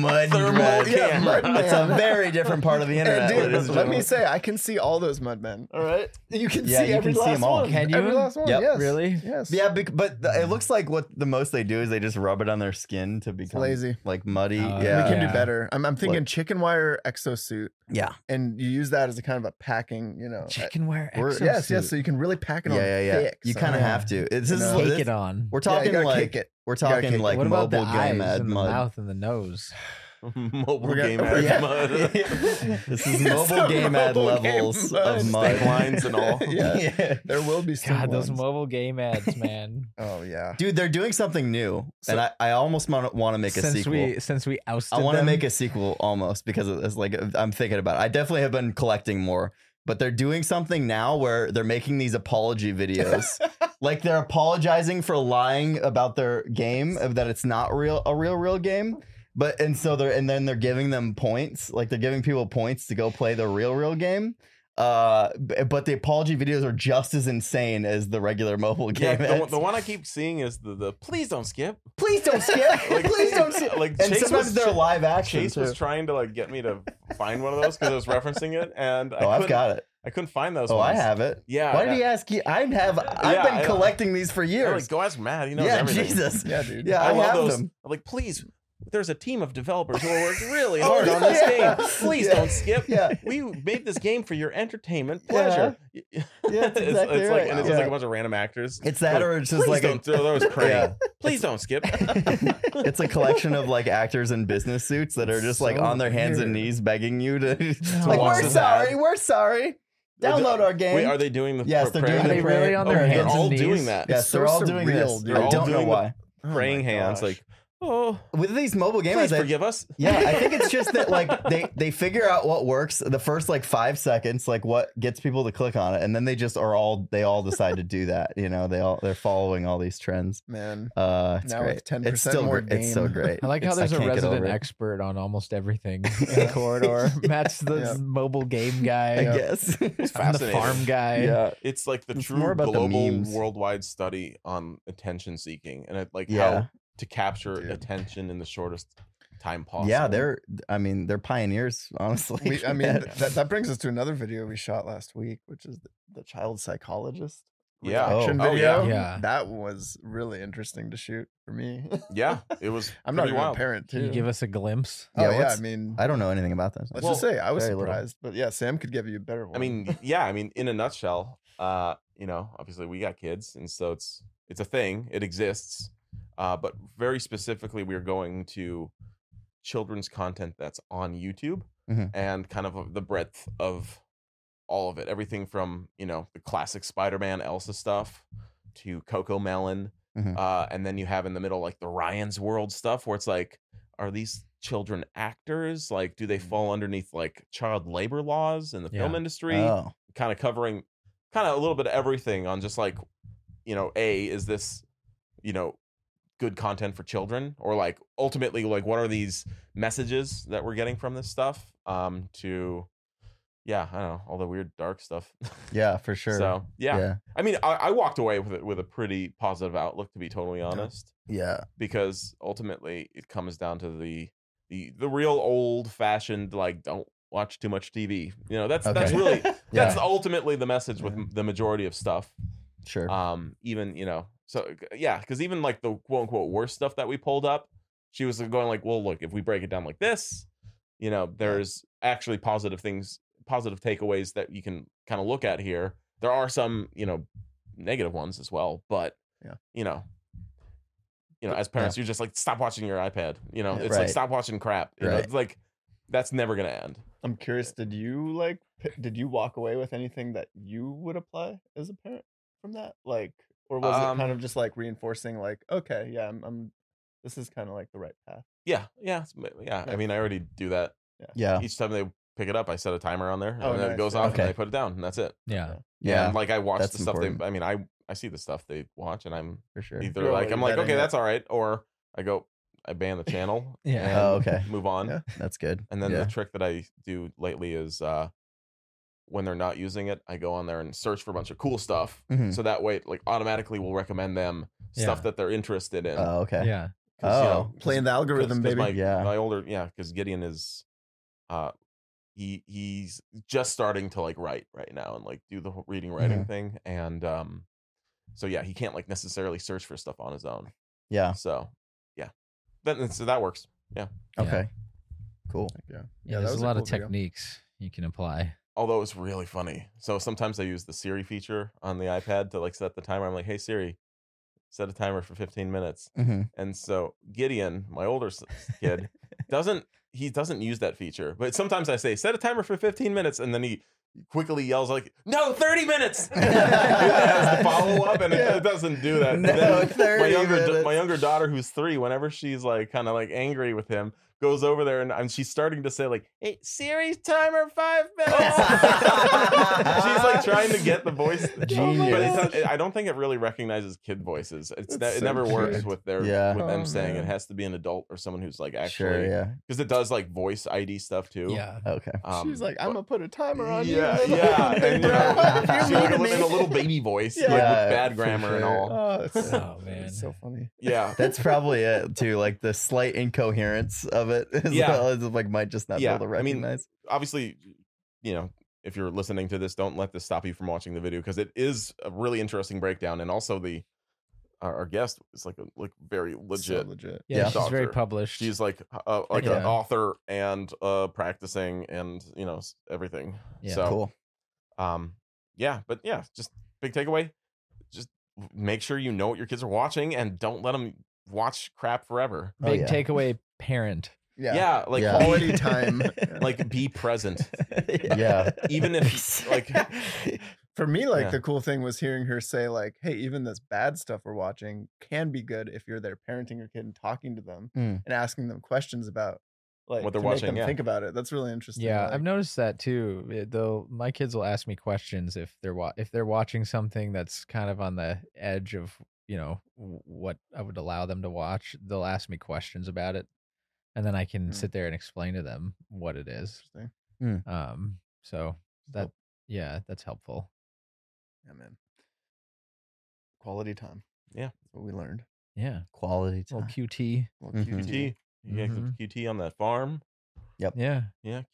Speaker 2: [laughs] Mud
Speaker 4: Thermal
Speaker 2: man.
Speaker 4: camera.
Speaker 3: Mud man.
Speaker 2: That's a very different part of the
Speaker 3: And
Speaker 2: internet.
Speaker 3: dude,
Speaker 2: ladies and
Speaker 3: let me
Speaker 2: gentlemen.
Speaker 3: say, I can see all those mud men. All right, you can
Speaker 2: Yeah,
Speaker 3: see
Speaker 2: you
Speaker 3: every
Speaker 2: can see
Speaker 3: last
Speaker 2: 'em all.
Speaker 3: one.
Speaker 1: Can
Speaker 3: Every
Speaker 1: you?
Speaker 3: last one.
Speaker 2: Yep.
Speaker 3: Yes.
Speaker 1: Really?
Speaker 3: Yes.
Speaker 2: Yeah, bec- but th- it looks like what the most they do is they just rub it on their skin to become
Speaker 3: lazy. Uh,
Speaker 2: like muddy.
Speaker 1: Oh,
Speaker 3: We
Speaker 2: yeah,
Speaker 3: can
Speaker 1: Yeah.
Speaker 3: do better. I'm, I'm thinking
Speaker 2: Like-
Speaker 3: chicken wire exosuit,
Speaker 2: yeah,
Speaker 3: and you use that as a kind of a packing, you know. uh,
Speaker 1: Chicken wire.
Speaker 2: We're-
Speaker 1: exosuit.
Speaker 3: Yes, yes. So you can really pack it
Speaker 2: yeah,
Speaker 3: on
Speaker 2: yeah, yeah.
Speaker 3: thick.
Speaker 2: You
Speaker 3: so-
Speaker 2: kind of
Speaker 1: Yeah.
Speaker 2: have to. It's, this
Speaker 3: You
Speaker 2: is
Speaker 3: know?
Speaker 1: Take
Speaker 2: this-
Speaker 1: it on.
Speaker 2: We're
Speaker 3: Yeah, you
Speaker 2: talking
Speaker 3: gotta
Speaker 2: like
Speaker 3: kick it.
Speaker 2: we're
Speaker 3: gotta
Speaker 2: talking
Speaker 3: kick it.
Speaker 2: like
Speaker 1: what about the
Speaker 2: mobile game
Speaker 1: eyes
Speaker 2: ad
Speaker 1: and the
Speaker 2: [laughs] mud.
Speaker 1: mouth and the nose?
Speaker 4: mobile
Speaker 3: We're gonna-
Speaker 4: game
Speaker 3: we're
Speaker 4: ad
Speaker 3: gonna-
Speaker 4: mud.
Speaker 2: This is
Speaker 3: It's
Speaker 2: mobile
Speaker 3: a
Speaker 2: game ad
Speaker 3: mobile game
Speaker 2: levels
Speaker 3: mud.
Speaker 2: of mud
Speaker 4: Stink lines
Speaker 2: [laughs]
Speaker 4: and all.
Speaker 3: Yeah. There will be some.
Speaker 1: God, those
Speaker 3: ones.
Speaker 1: mobile game ads, man.
Speaker 3: Oh yeah.
Speaker 2: Dude, they're doing something new,
Speaker 3: So-
Speaker 2: and I, I almost want to make a
Speaker 1: since
Speaker 2: sequel.
Speaker 1: we since we ousted,
Speaker 2: I want to
Speaker 1: them. [laughs]
Speaker 2: make a sequel almost because it's like I'm thinking about it. I definitely have been collecting more, but they're doing something now where they're making these apology
Speaker 4: [laughs]
Speaker 2: videos. like they're apologizing for lying about their game of that it's not real a real real game. But and so they're and then they're giving them points, like they're giving people points to go play the real real game. Uh, b- but the apology videos are just as insane as the regular mobile
Speaker 4: Yeah,
Speaker 2: game.
Speaker 4: the, one-
Speaker 2: ads.
Speaker 4: the one I keep seeing is the, the please don't skip.
Speaker 2: Please don't skip.
Speaker 4: [laughs] Like-
Speaker 2: Please don't skip.
Speaker 4: Like
Speaker 2: And
Speaker 4: Chase
Speaker 2: sometimes
Speaker 4: was,
Speaker 2: they're live action
Speaker 4: Chase
Speaker 2: too.
Speaker 4: was trying to like get me to find one of those because I was referencing it, and I
Speaker 2: oh, I've
Speaker 4: couldn't-
Speaker 2: got it.
Speaker 4: I couldn't find those.
Speaker 2: Oh, I
Speaker 4: ones.
Speaker 2: have it.
Speaker 4: Yeah.
Speaker 2: Why
Speaker 4: yeah.
Speaker 2: did he ask you? I have. I've
Speaker 4: Yeah,
Speaker 2: been
Speaker 4: I-
Speaker 2: collecting these for
Speaker 4: I'm
Speaker 2: years.
Speaker 4: Like, go ask Matt. He knows
Speaker 2: yeah,
Speaker 4: everything.
Speaker 2: Jesus.
Speaker 3: Yeah, dude.
Speaker 2: Yeah, I,
Speaker 4: I, love
Speaker 2: have
Speaker 4: those.
Speaker 3: [laughs]
Speaker 2: them.
Speaker 4: I'm like, please, there's a team of developers who are working really
Speaker 2: Oh,
Speaker 4: hard on this
Speaker 2: yeah.
Speaker 4: game. Please
Speaker 2: Yeah.
Speaker 4: don't skip.
Speaker 2: Yeah,
Speaker 4: We made this game for your entertainment pleasure. [laughs] Yeah,
Speaker 2: that's
Speaker 4: it's,
Speaker 2: exactly
Speaker 4: it's
Speaker 2: right.
Speaker 4: like, and it's
Speaker 2: Yeah.
Speaker 4: just like
Speaker 3: [laughs]
Speaker 4: a bunch of random actors.
Speaker 2: it's that,
Speaker 4: Like,
Speaker 2: or it's just
Speaker 4: Please
Speaker 2: like a,
Speaker 4: don't throw those crank.
Speaker 2: Yeah.
Speaker 4: Please don't
Speaker 2: [laughs]
Speaker 4: skip.
Speaker 2: it's a collection of like actors in business suits that are just like
Speaker 3: So
Speaker 2: on their hands and
Speaker 3: weird.
Speaker 2: knees begging you to. [laughs] like,
Speaker 4: watch
Speaker 2: we're
Speaker 4: this
Speaker 2: sorry.
Speaker 4: ad."
Speaker 2: We're sorry. Download our game.
Speaker 4: Wait, are they doing the?
Speaker 2: Yes, they're
Speaker 4: prayer-
Speaker 2: doing
Speaker 1: Are
Speaker 2: the
Speaker 1: they
Speaker 2: prayer-
Speaker 1: really on
Speaker 4: Oh,
Speaker 1: their
Speaker 2: they're
Speaker 1: hands
Speaker 4: They're
Speaker 1: and
Speaker 4: all
Speaker 1: knees?
Speaker 4: doing that.
Speaker 2: Yes,
Speaker 3: It's
Speaker 2: they're
Speaker 3: so
Speaker 2: all doing
Speaker 3: surreal,
Speaker 2: this.
Speaker 3: dude.
Speaker 2: I
Speaker 4: They're all
Speaker 2: don't know
Speaker 4: doing the-
Speaker 2: why.
Speaker 3: Oh my
Speaker 4: Praying hands,
Speaker 3: gosh.
Speaker 4: like, oh,
Speaker 2: With these mobile game
Speaker 4: please
Speaker 2: ads, I-
Speaker 4: forgive us.
Speaker 2: [laughs] Yeah,
Speaker 4: [laughs]
Speaker 2: I think it's just that like they they figure out what works the first like five seconds, like what gets people to click on it, and then they just are all they all decide to do that. You know, they all they're following all these trends.
Speaker 3: man.
Speaker 2: Uh, it's
Speaker 3: Now
Speaker 2: great.
Speaker 3: with 10%
Speaker 2: it's still
Speaker 3: more
Speaker 2: gr- It's so
Speaker 3: game.
Speaker 2: great.
Speaker 1: I like how
Speaker 2: It's-
Speaker 1: there's a
Speaker 2: can't get
Speaker 1: resident
Speaker 2: over it,
Speaker 1: expert on almost everything in the corridor. [laughs] Matt's the
Speaker 3: Yeah.
Speaker 1: mobile game [laughs]
Speaker 2: I
Speaker 1: guy.
Speaker 2: guess. [laughs]
Speaker 1: I'm the
Speaker 4: Fascinating.
Speaker 1: farm guy.
Speaker 4: It's like the
Speaker 2: It's
Speaker 4: true
Speaker 2: more about the
Speaker 4: global
Speaker 2: memes.
Speaker 4: worldwide study on attention seeking and it, like
Speaker 2: Yeah.
Speaker 4: how to capture
Speaker 3: Dude.
Speaker 4: attention in the shortest time possible.
Speaker 2: Yeah, they're. I mean, they're pioneers. [laughs] Honestly,
Speaker 3: We, I mean,
Speaker 2: man.
Speaker 3: th- that, that brings us to another video we shot last week, which is the, the child psychologist
Speaker 4: yeah.
Speaker 2: Oh.
Speaker 3: action
Speaker 4: Oh,
Speaker 3: video.
Speaker 4: yeah.
Speaker 1: Yeah.
Speaker 3: That was really interesting to shoot for me. [laughs]
Speaker 4: Yeah,
Speaker 2: [laughs]
Speaker 4: it was
Speaker 3: I'm not
Speaker 4: pretty
Speaker 3: even
Speaker 4: wild.
Speaker 3: a parent,
Speaker 1: Can
Speaker 3: too.
Speaker 1: you give us a glimpse?
Speaker 3: oh,
Speaker 2: Yeah,
Speaker 3: yeah,
Speaker 2: what's-
Speaker 3: I mean,
Speaker 2: [laughs] I don't know anything about this.
Speaker 3: let's
Speaker 4: Well,
Speaker 3: just say I was
Speaker 2: very little.
Speaker 3: surprised. But yeah, Sam could give you a better one.
Speaker 4: I mean, yeah, I mean, in a nutshell, uh, you know, obviously we got kids, and so it's it's a thing, it exists, uh, but very specifically, we're going to children's content that's on YouTube
Speaker 2: Mhm.
Speaker 4: and kind of the breadth of all of it, everything from you know the classic Spider-Man Elsa stuff to Coco Melon,
Speaker 2: Mhm.
Speaker 4: uh, and then you have in the middle like the Ryan's World stuff, where it's like, are these children actors? Like, do they fall underneath like child labor laws in the film
Speaker 1: Yeah.
Speaker 4: industry?
Speaker 2: Oh,
Speaker 4: kind of covering kind of a little bit of everything on just like you know a is this you know good content for children or like ultimately like what are these messages that we're getting from this stuff um to yeah i don't know all the weird dark stuff [laughs]
Speaker 2: yeah, for sure.
Speaker 4: so yeah.
Speaker 2: yeah,
Speaker 4: i mean I, I walked away with it with a pretty positive outlook to be totally honest
Speaker 2: yeah.
Speaker 4: because ultimately it comes down to the the the real old fashioned like don't watch too much tv you know that's that's
Speaker 2: Okay. [laughs]
Speaker 4: really
Speaker 2: Yeah.
Speaker 4: that's ultimately the message with m the majority of stuff
Speaker 2: Sure.
Speaker 4: um even you know so yeah because even like the quote unquote worst stuff that we pulled up she was going like well look if we break it down like this you know there's actually positive things positive takeaways that you can kind of look at here there are some you know negative ones as well but
Speaker 3: Yeah.
Speaker 4: you know you know as parents you're just like stop watching your ipad you know
Speaker 3: Yeah.
Speaker 4: it's
Speaker 2: Eh, Right.
Speaker 4: like stop watching crap you know
Speaker 2: Right.
Speaker 4: it's like that's never gonna end
Speaker 3: I'm curious. Did you like? p- Did you walk away with anything that you would apply as a parent from that? Like, or was it
Speaker 4: Um,
Speaker 3: kind of just like reinforcing, like, okay, yeah, I'm, I'm this is kind of like the right path.
Speaker 4: Yeah, yeah, it's- yeah. I
Speaker 3: Nice.
Speaker 4: mean, I already do that
Speaker 2: Yeah.
Speaker 4: each time they pick it up. I set a timer on there, and
Speaker 3: Oh,
Speaker 4: then it
Speaker 3: nice.
Speaker 4: goes off,
Speaker 2: Okay.
Speaker 4: and I put it down, and that's it.
Speaker 1: Yeah.
Speaker 2: Yeah.
Speaker 4: and, like I watch
Speaker 2: that's
Speaker 4: the stuff.
Speaker 2: important.
Speaker 4: They, I mean, I I see the stuff they watch, and I'm
Speaker 2: For sure.
Speaker 4: either
Speaker 3: You're
Speaker 4: like
Speaker 3: already
Speaker 4: I'm like,
Speaker 3: vetting
Speaker 4: okay,
Speaker 3: it.
Speaker 4: that's all right, or I go, I ban the
Speaker 2: [laughs]
Speaker 4: channel.
Speaker 1: Yeah.
Speaker 4: and
Speaker 2: Oh,
Speaker 4: [laughs]
Speaker 2: okay.
Speaker 4: Move on.
Speaker 3: Yeah.
Speaker 2: That's good.
Speaker 4: And then
Speaker 2: yeah.
Speaker 4: the trick that I do lately is uh when they're not using it, I go on there and search for a bunch of cool stuff.
Speaker 2: Mhm.
Speaker 4: So that way, it, like automatically, will recommend them
Speaker 1: Yeah.
Speaker 4: stuff that they're interested in.
Speaker 2: Oh, okay.
Speaker 1: Yeah.
Speaker 4: 'Cause, you know,
Speaker 2: Oh.
Speaker 4: 'cause-
Speaker 3: Playing the algorithm,
Speaker 4: Cause
Speaker 3: baby.
Speaker 4: My,
Speaker 2: Yeah.
Speaker 4: my older, yeah, because Gideon is, uh, he he's just starting to like write right now and like do the whole reading writing thing, and um, so yeah, he can't like necessarily search for stuff on his own.
Speaker 2: Yeah.
Speaker 4: So yeah, then so that works.
Speaker 1: Yeah.
Speaker 2: Okay. Cool.
Speaker 3: yeah.
Speaker 1: Yeah,
Speaker 3: that
Speaker 1: there's
Speaker 3: was
Speaker 1: a lot of
Speaker 3: cool video.
Speaker 1: techniques you can apply.
Speaker 4: Although it's really funny. So sometimes I use the Siri feature on the iPad to like set the timer. I'm like, hey Siri, set a timer for 15 minutes.
Speaker 2: hmm
Speaker 4: And so Gideon, my older s- kid, doesn't he doesn't use that feature. But sometimes I say set a timer for 15 minutes, and then he quickly yells like, "No, 30 minutes!" [laughs] As the follow up, and it,
Speaker 2: Yeah.
Speaker 4: it doesn't do [laughs] that. But
Speaker 2: No,
Speaker 4: then
Speaker 2: 30
Speaker 4: my younger da- my
Speaker 2: minutes.
Speaker 4: younger daughter, who's three, whenever she's like kind of like angry with him. Goes over there and, and she's starting to say like, "Hey, Siri's timer five minutes."
Speaker 2: Oh.
Speaker 4: she's like trying to get
Speaker 2: [laughs]
Speaker 4: the voice,
Speaker 3: Oh
Speaker 4: but
Speaker 2: Genius.
Speaker 4: it's not, I don't think it really recognizes kid voices. It's
Speaker 3: That's
Speaker 4: ne- it
Speaker 3: so
Speaker 4: never works
Speaker 3: cute.
Speaker 4: with their
Speaker 2: Yeah.
Speaker 4: with them
Speaker 3: Oh,
Speaker 4: saying it
Speaker 3: man.
Speaker 4: has to be an adult or someone who's like [laughs]
Speaker 2: Sure.
Speaker 4: actually
Speaker 2: Yeah.
Speaker 4: because it does like voice ID stuff too.
Speaker 1: Yeah.
Speaker 2: Okay.
Speaker 4: Um,
Speaker 3: She's like,
Speaker 4: but-
Speaker 3: I'm gonna put a timer on [laughs]
Speaker 4: yeah,
Speaker 3: you.
Speaker 4: yeah, and you know,
Speaker 3: [laughs]
Speaker 2: You're
Speaker 4: [laughs] she, like,
Speaker 2: mean to
Speaker 4: in a
Speaker 2: me.
Speaker 4: little baby voice, like,
Speaker 2: Yeah,
Speaker 4: with bad
Speaker 2: for
Speaker 4: grammar and
Speaker 2: sure.
Speaker 4: all.
Speaker 3: Oh, it's,
Speaker 1: Oh, man.
Speaker 3: [laughs] it's so funny.
Speaker 4: Yeah,
Speaker 3: [laughs]
Speaker 2: That's probably it too. Like the slight incoherence of it, as
Speaker 4: Yeah.
Speaker 2: well as like might just not
Speaker 4: Yeah,
Speaker 2: be able to
Speaker 4: I mean,
Speaker 2: recognize.
Speaker 4: obviously, you know, if you're listening to this, don't let this stop you from watching the video because it is a really interesting breakdown, and also the our, our guest is like a like very legit.
Speaker 3: So legit.
Speaker 1: Yeah,
Speaker 2: Yeah.
Speaker 1: she's very
Speaker 4: Doctor.
Speaker 1: published.
Speaker 4: She's like uh, like an
Speaker 1: Yeah.
Speaker 4: author and uh practicing and you know s- everything.
Speaker 1: Yeah.
Speaker 4: so oh,
Speaker 2: cool.
Speaker 4: um yeah but yeah just big takeaway just make sure you know what your kids are watching and don't let them watch crap forever
Speaker 2: Oh,
Speaker 1: Big
Speaker 2: yeah.
Speaker 1: takeaway parent.
Speaker 4: yeah,
Speaker 3: Yeah.
Speaker 4: like
Speaker 2: Yeah. [laughs]
Speaker 4: be-
Speaker 3: Quality time. Yeah.
Speaker 4: like be present
Speaker 2: Yeah.
Speaker 4: [laughs] even
Speaker 2: [laughs]
Speaker 4: if like [laughs]
Speaker 3: For me, like
Speaker 4: Yeah.
Speaker 3: the cool thing was hearing her say, like, hey, even this bad stuff we're watching can be good if you're there parenting your kid and talking to them
Speaker 2: Mm.
Speaker 3: and asking them questions about like
Speaker 4: What they're
Speaker 3: to
Speaker 4: watching,
Speaker 3: Make them
Speaker 4: yeah.
Speaker 3: think about it. That's really interesting.
Speaker 1: Yeah,
Speaker 3: like-
Speaker 1: I've noticed that too. It- Though my kids will ask me questions if they're wa- if they're watching something that's kind of on the edge of you know w- what I would allow them to watch. They'll ask me questions about it, and then I can
Speaker 3: Hmm.
Speaker 1: sit there and explain to them what it is.
Speaker 3: Interesting.
Speaker 1: Um, so that yeah, that's helpful.
Speaker 3: Yeah, man. Quality time.
Speaker 4: Yeah.
Speaker 3: That's what we learned.
Speaker 1: Yeah,
Speaker 2: quality time.
Speaker 1: little QT.
Speaker 3: Little
Speaker 2: Mhm.
Speaker 4: qt you gotta keep
Speaker 2: Mm-hmm.
Speaker 1: Mhm.
Speaker 4: qt on that farm
Speaker 1: Yeah,
Speaker 4: yeah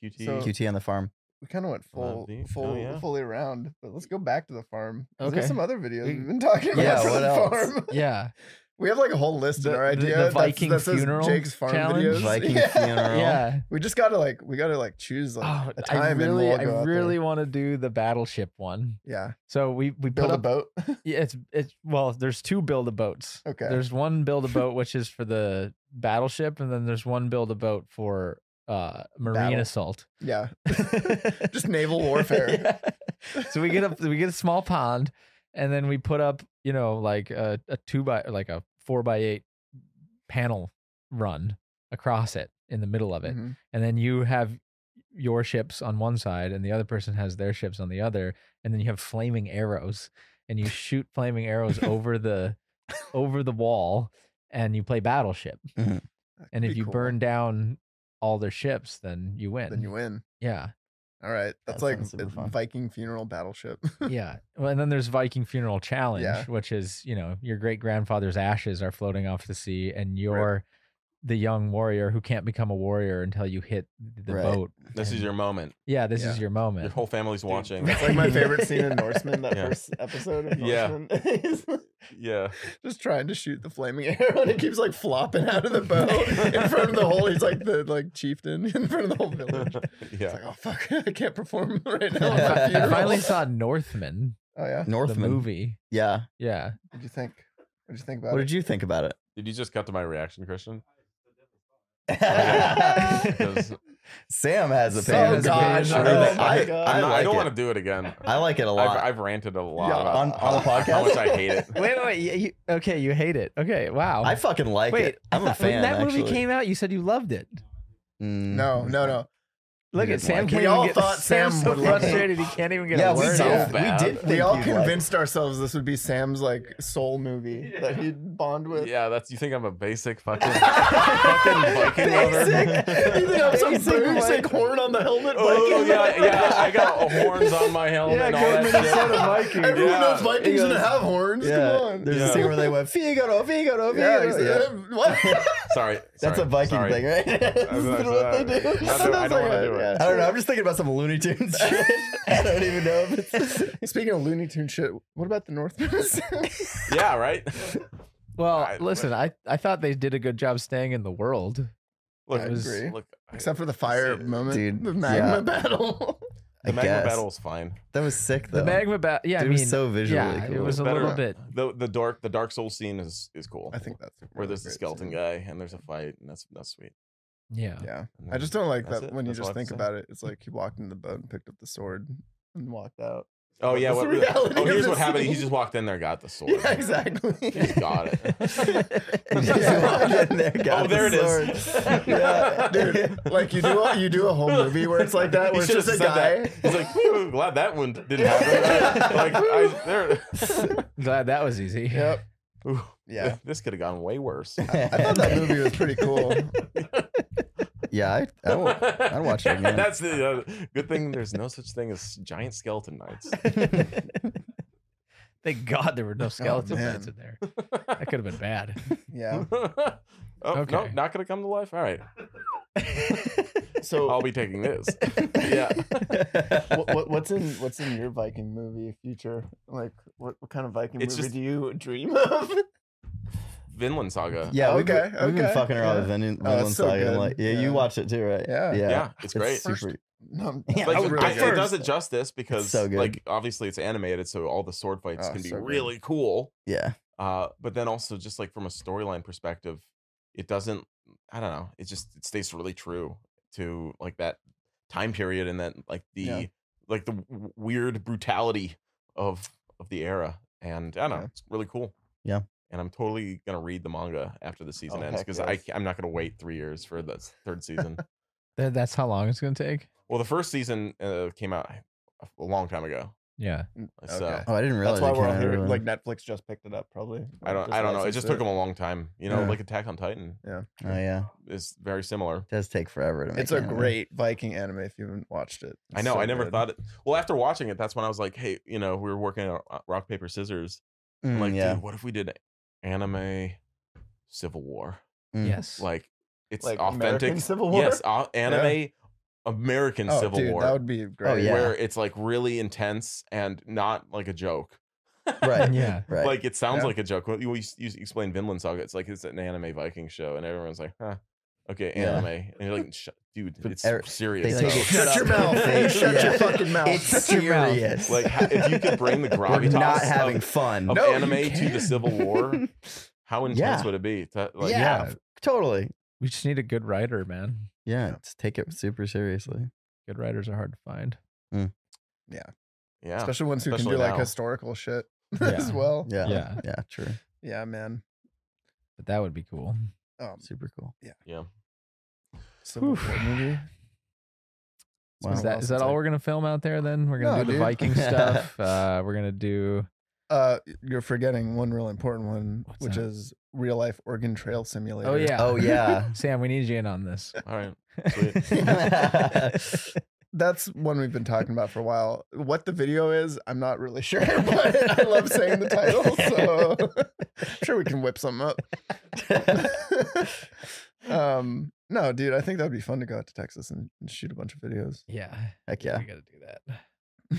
Speaker 4: qt
Speaker 3: So-
Speaker 2: QT on the farm.
Speaker 3: We kind of went full,
Speaker 4: the- oh,
Speaker 3: full,
Speaker 4: yeah.
Speaker 3: fully around, but let's go back to the farm. 'cause
Speaker 1: Okay.
Speaker 3: There's some other videos
Speaker 1: We-
Speaker 3: we've been talking [laughs] about.
Speaker 2: Yeah,
Speaker 3: for
Speaker 2: what
Speaker 3: the
Speaker 2: else?
Speaker 3: Farm. [laughs]
Speaker 1: yeah,
Speaker 3: We have like a whole list
Speaker 1: The-
Speaker 3: in our
Speaker 1: the- the
Speaker 3: idea. that's-
Speaker 1: Viking
Speaker 3: that says
Speaker 1: funeral
Speaker 3: Jake's farm
Speaker 1: challenge?
Speaker 3: videos. [laughs]
Speaker 2: Viking
Speaker 3: Yeah.
Speaker 2: funeral.
Speaker 1: yeah.
Speaker 3: We just gotta like, we gotta like choose like
Speaker 1: Oh,
Speaker 3: a time.
Speaker 1: I
Speaker 3: and we'll
Speaker 1: really,
Speaker 3: all go
Speaker 1: I
Speaker 3: out there.
Speaker 1: really want to do the battleship one.
Speaker 3: yeah,
Speaker 1: So we we put
Speaker 3: build a
Speaker 1: up
Speaker 3: boat. [laughs]
Speaker 1: Yeah, it's it's well, there's two build a boats.
Speaker 3: Okay.
Speaker 1: There's one
Speaker 3: [laughs]
Speaker 1: build a boat which is for the battleship, and then there's one build a boat for uh marine
Speaker 3: Battle.
Speaker 1: assault.
Speaker 3: yeah, [laughs]
Speaker 1: [laughs]
Speaker 3: just naval warfare.
Speaker 1: Yeah. So we get up we get a small pond and then we put up, you know, like a, a two by like a four by eight panel run across it in the middle of it.
Speaker 3: Mhm.
Speaker 1: And then you have your ships on one side and the other person has their ships on the other and then you have flaming arrows and you shoot flaming
Speaker 3: [laughs]
Speaker 1: arrows over the over the wall and you play battleship
Speaker 3: Mm-hmm. That
Speaker 1: and if
Speaker 3: could be
Speaker 1: you
Speaker 3: cool.
Speaker 1: burn down all their ships then you win
Speaker 3: then you win. [laughs]
Speaker 1: yeah
Speaker 3: All right, that's
Speaker 2: That
Speaker 3: like
Speaker 2: sounds super
Speaker 3: a
Speaker 2: fun.
Speaker 3: Viking funeral battleship.
Speaker 1: yeah well, and then there's viking funeral challenge
Speaker 3: Yeah.
Speaker 1: which is you know your great grandfather's ashes are floating off the sea and you're the young warrior who can't become a warrior until you hit the
Speaker 2: Right.
Speaker 1: boat
Speaker 4: this is
Speaker 1: and-
Speaker 4: your moment
Speaker 1: yeah this is
Speaker 3: Yeah.
Speaker 1: your moment
Speaker 4: your whole
Speaker 2: [laughs]
Speaker 4: family's watching [laughs]
Speaker 3: It's like my favorite [laughs] scene in Norseman, that
Speaker 4: Yeah.
Speaker 3: first episode of
Speaker 4: Yeah.
Speaker 3: Norseman. He's
Speaker 2: [laughs]
Speaker 4: yeah
Speaker 3: just trying to shoot the flaming [laughs] arrow and it keeps like flopping out of the bow in front of the whole he's like the like chieftain [laughs] in front of the whole village.
Speaker 4: [laughs]
Speaker 3: It's
Speaker 4: yeah
Speaker 3: like, oh fuck, [laughs] I can't perform right now. at
Speaker 1: [laughs]
Speaker 3: my
Speaker 1: I
Speaker 3: funeral."
Speaker 1: finally saw Northman,
Speaker 3: Oh yeah.
Speaker 2: Northman.
Speaker 1: the movie.
Speaker 2: Yeah.
Speaker 1: Yeah.
Speaker 3: What'd you think? What'd you think about
Speaker 2: What
Speaker 3: it?
Speaker 2: did you think
Speaker 4: [laughs]
Speaker 2: about it? [laughs]
Speaker 4: did you just cut to my reaction christian 'Cause
Speaker 2: Sam has a
Speaker 3: Sam
Speaker 2: panic
Speaker 3: has a panic
Speaker 2: attack.
Speaker 3: attack.
Speaker 2: I-
Speaker 3: Oh
Speaker 2: [laughs]
Speaker 3: my
Speaker 2: I,
Speaker 3: God.
Speaker 4: I'm
Speaker 2: I
Speaker 4: not- I
Speaker 2: like
Speaker 4: don't
Speaker 2: it.
Speaker 4: want to do it again.
Speaker 2: I like it a lot.
Speaker 4: I've, I've ranted a lot
Speaker 2: Yeah,
Speaker 4: about
Speaker 2: on- on
Speaker 4: [laughs] how-
Speaker 2: the
Speaker 4: How much
Speaker 2: podcast?
Speaker 4: I
Speaker 2: [laughs]
Speaker 4: hate it.
Speaker 1: Wait, wait, wait. You, you- okay, you hate it. Okay, wow.
Speaker 2: I fucking like
Speaker 1: Wait,
Speaker 2: it.
Speaker 1: I
Speaker 2: I'm a
Speaker 1: thought-
Speaker 2: fan.
Speaker 1: [laughs] When that movie
Speaker 2: actually.
Speaker 1: came out, you said you loved it.
Speaker 2: Mm.
Speaker 4: Mm-hmm.
Speaker 3: No, no, no.
Speaker 1: Look
Speaker 2: didn't
Speaker 1: at Sam.
Speaker 2: like it.
Speaker 1: can't
Speaker 3: We
Speaker 1: even
Speaker 3: all
Speaker 1: get,
Speaker 3: thought
Speaker 1: Sam's
Speaker 3: Sam
Speaker 1: so
Speaker 3: would like it.
Speaker 1: frustrated he can't even get
Speaker 2: Yeah,
Speaker 1: a
Speaker 2: we
Speaker 1: word
Speaker 2: did.
Speaker 1: out.
Speaker 4: bad.
Speaker 2: We did.
Speaker 3: They
Speaker 2: think
Speaker 3: all
Speaker 2: you'd like it.
Speaker 3: convinced ourselves this would be Sam's like soul movie that he'd bond with. [laughs]
Speaker 4: Yeah, that's you think I'm a
Speaker 2: [laughs]
Speaker 4: basic fucking fucking Viking lover.
Speaker 3: you think I'm some
Speaker 2: Basic
Speaker 3: basic
Speaker 2: white-
Speaker 3: horn on the helmet?
Speaker 4: [laughs] Oh
Speaker 3: Viking?
Speaker 4: yeah, yeah. I got horns on my
Speaker 1: [laughs]
Speaker 4: helmet
Speaker 1: Yeah,
Speaker 4: and
Speaker 1: go
Speaker 4: all
Speaker 1: Minnesota
Speaker 4: that shit.
Speaker 1: Viking.
Speaker 3: [laughs] Everyone
Speaker 4: Yeah.
Speaker 3: knows Vikings
Speaker 2: Yeah.
Speaker 3: gonna have horns.
Speaker 2: Yeah,
Speaker 3: Come on.
Speaker 2: there's a
Speaker 4: Yeah.
Speaker 2: scene where they went Figaro, Figaro,
Speaker 3: yeah,
Speaker 2: Figaro.
Speaker 3: exa-
Speaker 2: Yeah.
Speaker 3: What?
Speaker 4: [laughs] [laughs] Sorry,
Speaker 2: That's
Speaker 4: sorry,
Speaker 2: a Viking
Speaker 4: sorry.
Speaker 2: thing,
Speaker 4: [laughs]
Speaker 2: right? That's what they do.
Speaker 4: I don't, I don't want to do it.
Speaker 2: I don't know. I'm just thinking about some Looney Tunes [laughs] shit. I don't even know if it's.
Speaker 3: Speaking of Looney Tune shit, what about the Northman?
Speaker 2: [laughs]
Speaker 4: Yeah, right.
Speaker 1: Well,
Speaker 4: I-
Speaker 1: listen, I, I thought they did a good job staying in the world.
Speaker 4: Look,
Speaker 3: I
Speaker 1: was-
Speaker 3: agree.
Speaker 4: look. I-
Speaker 3: Except for the fire moment,
Speaker 2: Dude,
Speaker 3: the magma
Speaker 2: yeah.
Speaker 3: battle.
Speaker 4: the
Speaker 2: I
Speaker 4: magma
Speaker 2: guess.
Speaker 4: battle was fine.
Speaker 2: That was sick though.
Speaker 1: The
Speaker 2: [laughs]
Speaker 1: magma bat. Yeah,
Speaker 2: Dude,
Speaker 1: I
Speaker 2: it was
Speaker 1: mean,
Speaker 2: so visually
Speaker 1: yeah,
Speaker 2: cool.
Speaker 1: it was a
Speaker 4: Better.
Speaker 1: little bit.
Speaker 4: The the dark the dark soul scene is is cool.
Speaker 3: I [laughs] think that's a
Speaker 4: where
Speaker 3: really
Speaker 4: there's a
Speaker 3: great
Speaker 4: skeleton
Speaker 3: scene.
Speaker 4: guy and there's a fight and that's that's sweet.
Speaker 1: Yeah.
Speaker 3: Yeah,
Speaker 4: And
Speaker 3: I
Speaker 4: then
Speaker 3: just don't like
Speaker 4: that's
Speaker 3: that
Speaker 4: it.
Speaker 3: when you
Speaker 4: That's all I
Speaker 3: just
Speaker 4: have to
Speaker 3: think
Speaker 4: say.
Speaker 3: about it. It's like he walked into the boat and picked up the sword and
Speaker 4: [laughs]
Speaker 3: walked out. [laughs]
Speaker 4: Oh yeah,
Speaker 3: That's
Speaker 4: what,
Speaker 3: the reality
Speaker 4: oh
Speaker 3: of
Speaker 4: here's
Speaker 3: the
Speaker 4: what happened. He
Speaker 3: scene.
Speaker 4: just walked in there, got the sword.
Speaker 3: [laughs] Yeah, exactly.
Speaker 4: He's got
Speaker 3: [laughs]
Speaker 4: it.
Speaker 2: oh,
Speaker 4: oh, there it is. [laughs]
Speaker 3: yeah, dude. Like you do, a, you do a whole movie where it's like
Speaker 4: He
Speaker 3: that, where it's
Speaker 4: should've
Speaker 3: just a
Speaker 4: said
Speaker 3: guy.
Speaker 4: that. He's like, "Whew, glad that one didn't
Speaker 3: [laughs]
Speaker 4: happen. like, I, there.
Speaker 1: Glad that was easy.
Speaker 3: Yep.
Speaker 4: Ooh,
Speaker 3: [laughs] Yeah.
Speaker 4: [laughs] This could have gone way
Speaker 3: [laughs]
Speaker 4: worse.
Speaker 3: I thought that movie was
Speaker 4: [laughs]
Speaker 3: pretty cool.
Speaker 2: Yeah, I, I, wa- I'd watch it again.
Speaker 4: That's the uh, good thing. There's no such thing as giant skeleton knights.
Speaker 1: [laughs]
Speaker 4: [laughs]
Speaker 1: Thank God there were
Speaker 2: Oh,
Speaker 1: no skeleton
Speaker 3: man.
Speaker 1: knights in there. That could have been bad.
Speaker 3: Yeah.
Speaker 4: oh, no,
Speaker 1: Okay.
Speaker 4: not gonna come to life. All right,
Speaker 3: So
Speaker 4: I'll be taking
Speaker 3: [laughs]
Speaker 4: this. Oh, yeah,
Speaker 3: what, what, what's in what's in your Viking movie future? Like, what, what kind of Viking
Speaker 4: It's
Speaker 3: movie
Speaker 4: just-
Speaker 3: do you
Speaker 4: [laughs]
Speaker 3: dream of?
Speaker 4: Vinland Saga.
Speaker 2: Yeah, we've, been-
Speaker 3: Okay,
Speaker 2: we've been
Speaker 3: okay,
Speaker 2: fucking around
Speaker 3: yeah.
Speaker 2: with Vinland,
Speaker 3: Oh, it's
Speaker 2: Vinland
Speaker 3: so
Speaker 2: Saga. and
Speaker 3: good.
Speaker 2: like, yeah,
Speaker 3: Yeah.
Speaker 2: you watch it too, right?
Speaker 3: Yeah.
Speaker 2: yeah,
Speaker 4: Yeah, it's great.
Speaker 2: super-
Speaker 3: [laughs] No,
Speaker 2: Yeah,
Speaker 4: Like,
Speaker 2: I would
Speaker 4: it-
Speaker 2: really
Speaker 4: it,
Speaker 2: go
Speaker 4: does it justice because,
Speaker 2: so good. Ah,
Speaker 4: like, obviously it's animated, so all the sword fights
Speaker 3: Oh,
Speaker 4: can be
Speaker 3: so good.
Speaker 4: really cool.
Speaker 2: yeah,
Speaker 4: Uh, but then also just like from a storyline perspective, it doesn't. I don't know. It just it stays really true to like that time period and then like the
Speaker 3: Yeah.
Speaker 4: like the w- weird brutality of of the era. And I don't know.
Speaker 3: Yeah.
Speaker 4: It's really cool.
Speaker 2: Yeah.
Speaker 4: And I'm totally gonna read the manga after the season
Speaker 3: Oh,
Speaker 4: ends
Speaker 3: heck
Speaker 4: because
Speaker 3: yes.
Speaker 4: I c- I'm not gonna wait three years for the s- third season.
Speaker 1: That- that's how long it's going to take.
Speaker 4: well, the first season uh, came out a a long time ago,
Speaker 1: Yeah.
Speaker 4: so.
Speaker 3: Okay.
Speaker 2: Oh, I didn't realize.
Speaker 3: That's why
Speaker 2: it
Speaker 3: we're
Speaker 2: came
Speaker 3: on
Speaker 2: out
Speaker 3: here.
Speaker 2: early.
Speaker 3: Like Netflix just picked it up, probably.
Speaker 4: I don't. I don't know. It just took them a long time. You know,
Speaker 3: Yeah.
Speaker 4: like Attack on Titan
Speaker 2: oh yeah, it
Speaker 4: is very similar.
Speaker 2: does take forever to make.
Speaker 3: It's a
Speaker 2: anime.
Speaker 3: great Viking anime if you haven't watched it.
Speaker 4: I
Speaker 3: It's
Speaker 4: know.
Speaker 3: so
Speaker 4: I never
Speaker 3: good.
Speaker 4: thought it. Well, after watching it, that's when I was like, hey, you know, we were working on uh, rock paper scissors. I'm
Speaker 2: Mm,
Speaker 4: like,
Speaker 2: yeah,
Speaker 4: dude, what if we did anime Civil War?
Speaker 2: Mm.
Speaker 1: Yes.
Speaker 4: Like, it's
Speaker 3: Like
Speaker 4: authentic
Speaker 3: American Civil War?
Speaker 4: Yes, au- anime American
Speaker 3: Oh,
Speaker 4: Civil
Speaker 3: dude,
Speaker 4: War,
Speaker 3: that would be great.
Speaker 2: yeah.
Speaker 4: where it's like really intense and not like a joke.
Speaker 3: [laughs]
Speaker 2: Right.
Speaker 1: yeah.
Speaker 2: right.
Speaker 4: Like it sounds
Speaker 3: Yeah.
Speaker 4: like a joke. Well, You, you, you explain Vinland Saga. It's like it's an anime Viking show, and everyone's like, "Huh, okay,
Speaker 2: Yeah.
Speaker 4: anime." And you're like, Shut, "Dude,
Speaker 2: But
Speaker 4: it's
Speaker 2: er-
Speaker 4: serious."
Speaker 2: they
Speaker 4: though."
Speaker 2: take it-
Speaker 3: Shut
Speaker 2: Shut
Speaker 3: your
Speaker 2: up.
Speaker 3: mouth.
Speaker 2: Yeah.
Speaker 4: [laughs]
Speaker 3: You Shut
Speaker 2: [laughs]
Speaker 3: your fucking mouth. [laughs]
Speaker 2: It's
Speaker 1: your mouth.
Speaker 2: serious.
Speaker 4: Like, ha- if you could bring the
Speaker 2: [laughs] we're
Speaker 4: gravitas
Speaker 2: not
Speaker 4: of-
Speaker 2: having fun.
Speaker 4: of
Speaker 3: No, you
Speaker 4: anime to the
Speaker 3: can't.
Speaker 4: Civil War,
Speaker 3: [laughs]
Speaker 4: how intense
Speaker 2: Yeah.
Speaker 4: would it be? To, like,
Speaker 2: yeah, totally.
Speaker 1: We just need a good writer, man.
Speaker 2: Yeah, just take it super seriously.
Speaker 1: Good writers are hard to [laughs] find.
Speaker 4: yeah.
Speaker 3: Especially ones who
Speaker 4: Especially
Speaker 3: can do like
Speaker 4: now.
Speaker 3: historical shit [laughs]
Speaker 1: Yeah.
Speaker 3: as well.
Speaker 2: Yeah,
Speaker 1: Yeah.
Speaker 2: yeah, true.
Speaker 3: Yeah, man.
Speaker 1: But that would be cool.
Speaker 3: Um,
Speaker 2: Super
Speaker 3: [laughs]
Speaker 2: cool. [laughs]
Speaker 4: yeah.
Speaker 3: Civil War
Speaker 1: Oof.
Speaker 3: movie.
Speaker 2: Wow.
Speaker 1: Is that is that all we're gonna film out there? Then we're gonna
Speaker 3: No,
Speaker 1: do the
Speaker 3: dude.
Speaker 1: Viking stuff. Uh, we're gonna do
Speaker 3: Uh, you're forgetting one real important one,
Speaker 1: What's
Speaker 3: which
Speaker 1: that?
Speaker 3: is real life Oregon Trail Simulator.
Speaker 1: Oh yeah.
Speaker 2: Oh yeah.
Speaker 1: [laughs] Sam, we need you in on [laughs] this.
Speaker 4: All
Speaker 2: [laughs]
Speaker 4: right.
Speaker 3: that's one we've been talking about for a while. What the video is, I'm not really [laughs] sure,
Speaker 1: [laughs]
Speaker 3: but I love saying the title, so I'm sure we can whip something up. um, no, dude, I think that'd be fun to go out to Texas and, and shoot a bunch of videos.
Speaker 1: [laughs] yeah.
Speaker 2: [laughs] Heck yeah.
Speaker 1: We gotta do that.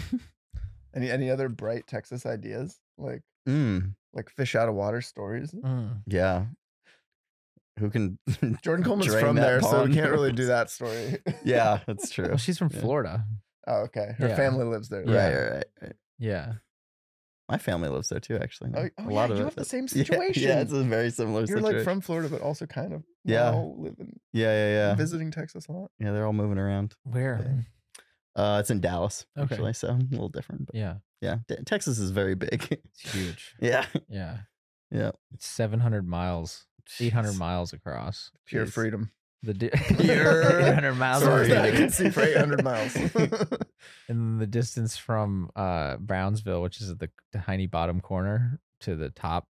Speaker 3: Any any other bright Texas ideas? Like
Speaker 2: Mm,
Speaker 3: like fish out of water stories.
Speaker 1: Mm.
Speaker 2: yeah. Who can? [laughs]
Speaker 3: Jordan Coleman's
Speaker 2: drain
Speaker 3: from
Speaker 2: that
Speaker 3: there, so
Speaker 2: pond?
Speaker 3: we can't
Speaker 2: [laughs]
Speaker 3: really do that story.
Speaker 2: yeah, that's true.
Speaker 1: Well, she's from
Speaker 2: Yeah.
Speaker 1: Florida.
Speaker 3: [laughs] Oh, okay. Her
Speaker 1: Yeah.
Speaker 3: family lives there.
Speaker 1: Yeah.
Speaker 2: Right, right, right.
Speaker 1: Yeah.
Speaker 2: My family lives there too, actually.
Speaker 3: Oh, oh, yeah, you
Speaker 2: it
Speaker 3: have the
Speaker 2: is- [laughs]
Speaker 3: same
Speaker 2: Yeah,
Speaker 3: situation.
Speaker 2: Yeah, it's a very similar
Speaker 3: You're
Speaker 2: situation.
Speaker 3: like from Florida, but also kind of
Speaker 2: Yeah.
Speaker 3: now live in-
Speaker 2: yeah, yeah, yeah.
Speaker 3: visiting Texas a lot.
Speaker 2: Yeah, they're all moving around.
Speaker 1: Where?
Speaker 2: Uh, it's in Dallas,
Speaker 1: Okay.
Speaker 2: actually, so a little different. But
Speaker 1: Yeah,
Speaker 2: yeah, Te- Texas is very big. [laughs]
Speaker 1: it's huge.
Speaker 2: yeah,
Speaker 1: Yeah,
Speaker 2: Yeah.
Speaker 1: It's 700 miles, 800
Speaker 2: Jeez.
Speaker 1: miles across.
Speaker 3: Pure
Speaker 2: Jeez.
Speaker 3: freedom.
Speaker 1: The di- [laughs]
Speaker 2: Pure-
Speaker 1: 800 miles
Speaker 2: [laughs] Sorry.
Speaker 1: away.
Speaker 3: I can see for 800
Speaker 1: [laughs]
Speaker 3: miles.
Speaker 1: and then the distance from uh Brownsville, which is at the tiny bottom corner, to the top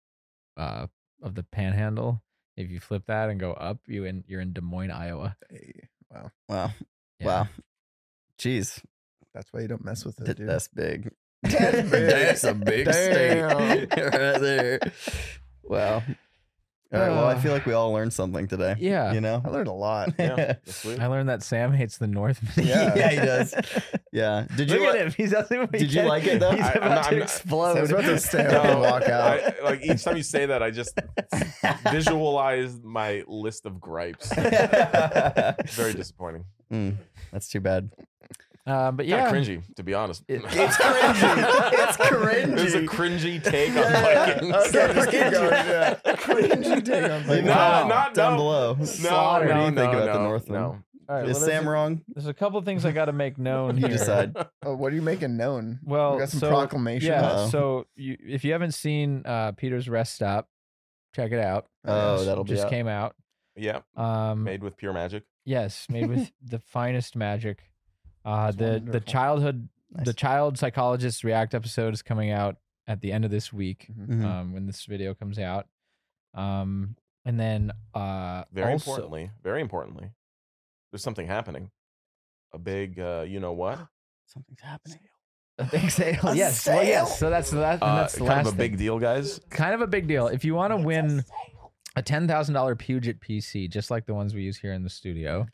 Speaker 1: uh of the Panhandle. If you flip that and go up, you in you're in Des Moines, Iowa.
Speaker 3: Hey, wow.
Speaker 2: [laughs] Wow.
Speaker 3: [laughs]
Speaker 1: Yeah.
Speaker 2: Wow. Jeez,
Speaker 3: That's why you don't mess with it,
Speaker 2: th-
Speaker 3: dude.
Speaker 2: that's big. [laughs]
Speaker 3: That's big.
Speaker 2: that's a big
Speaker 3: Damn.
Speaker 2: state [laughs] right there. Wow. All right. Well, I
Speaker 1: Uh,
Speaker 2: feel like we all learned something today.
Speaker 1: yeah.
Speaker 2: You know.
Speaker 3: I learned a lot.
Speaker 4: [laughs] Yeah, that's weird.
Speaker 1: I learned that Sam hates the [laughs] Northmen.
Speaker 3: Yeah.
Speaker 2: yeah, he does. [laughs] Yeah. Did
Speaker 1: Look
Speaker 2: you?
Speaker 1: at
Speaker 2: li-
Speaker 1: him. He's nothing but he
Speaker 2: Did you
Speaker 1: can-
Speaker 2: like it, though?
Speaker 1: He's
Speaker 4: I- I'm
Speaker 1: about
Speaker 4: not-
Speaker 1: to
Speaker 4: I'm not-
Speaker 1: explode.
Speaker 3: I was about to stand
Speaker 4: No,
Speaker 3: up and walk out.
Speaker 4: I- like each time you say that,
Speaker 2: [laughs]
Speaker 4: I just visualize my list of gripes.
Speaker 2: [laughs]
Speaker 4: [laughs] Very disappointing.
Speaker 2: Mm, that's too bad.
Speaker 1: Uh, but
Speaker 4: Yeah,
Speaker 1: yeah,
Speaker 4: kind of cringy, to be honest. [laughs]
Speaker 1: It-
Speaker 2: It's cringy. It's cringy.
Speaker 4: It was a cringy take
Speaker 2: Yeah, yeah,
Speaker 4: on
Speaker 2: yeah.
Speaker 4: Vikings.
Speaker 2: Okay, just keep going,
Speaker 3: yeah.
Speaker 2: [laughs]
Speaker 3: Cringy take on
Speaker 2: Like,
Speaker 3: Vikings.
Speaker 4: no,
Speaker 2: wow,
Speaker 4: not-
Speaker 2: down
Speaker 4: no.
Speaker 2: below.
Speaker 4: No,
Speaker 1: Slaughter.
Speaker 2: What do
Speaker 4: no,
Speaker 2: you think
Speaker 4: no,
Speaker 2: about the
Speaker 4: no,
Speaker 2: Northman?
Speaker 4: no.
Speaker 1: All right,
Speaker 2: Is
Speaker 1: well, there's,
Speaker 2: Sam
Speaker 1: a,
Speaker 2: wrong?
Speaker 1: there's a couple things I got to make known.
Speaker 2: You
Speaker 1: here.
Speaker 3: [laughs]
Speaker 2: decide.
Speaker 3: Oh, what are you making known?
Speaker 1: Well,
Speaker 3: we got some
Speaker 1: so-
Speaker 3: proclamation.
Speaker 1: Yeah.
Speaker 2: Uh-oh.
Speaker 1: So you, if you haven't seen uh, Peter's Rest Stop, check it out.
Speaker 2: Oh,
Speaker 1: Yes,
Speaker 2: that'll be
Speaker 1: just
Speaker 2: out.
Speaker 1: came out.
Speaker 4: Yeah,
Speaker 1: Um,
Speaker 4: made with pure magic.
Speaker 1: yes, made with the finest magic. Uh,
Speaker 3: That's
Speaker 1: the the
Speaker 3: wonderful.
Speaker 1: childhood the
Speaker 2: Nice.
Speaker 1: child psychologist react episode is coming out at the end of this week
Speaker 3: Mm-hmm.
Speaker 2: Mhm.
Speaker 1: um, when this video comes out. Um, and then uh,
Speaker 4: Very
Speaker 1: also,
Speaker 4: importantly, very importantly, there's something happening. A big, uh, you
Speaker 2: [gasps]
Speaker 4: know what?
Speaker 2: Something's happening.
Speaker 1: [laughs] a big sale.
Speaker 2: A
Speaker 1: yes, well, yes. So that's that. and
Speaker 4: Uh,
Speaker 1: that's the
Speaker 4: kind
Speaker 1: last
Speaker 4: of a big
Speaker 1: thing.
Speaker 4: deal, guys.
Speaker 1: kind of a big deal. If you want to win a ten thousand dollar Puget PC, just like the ones we use here in the studio,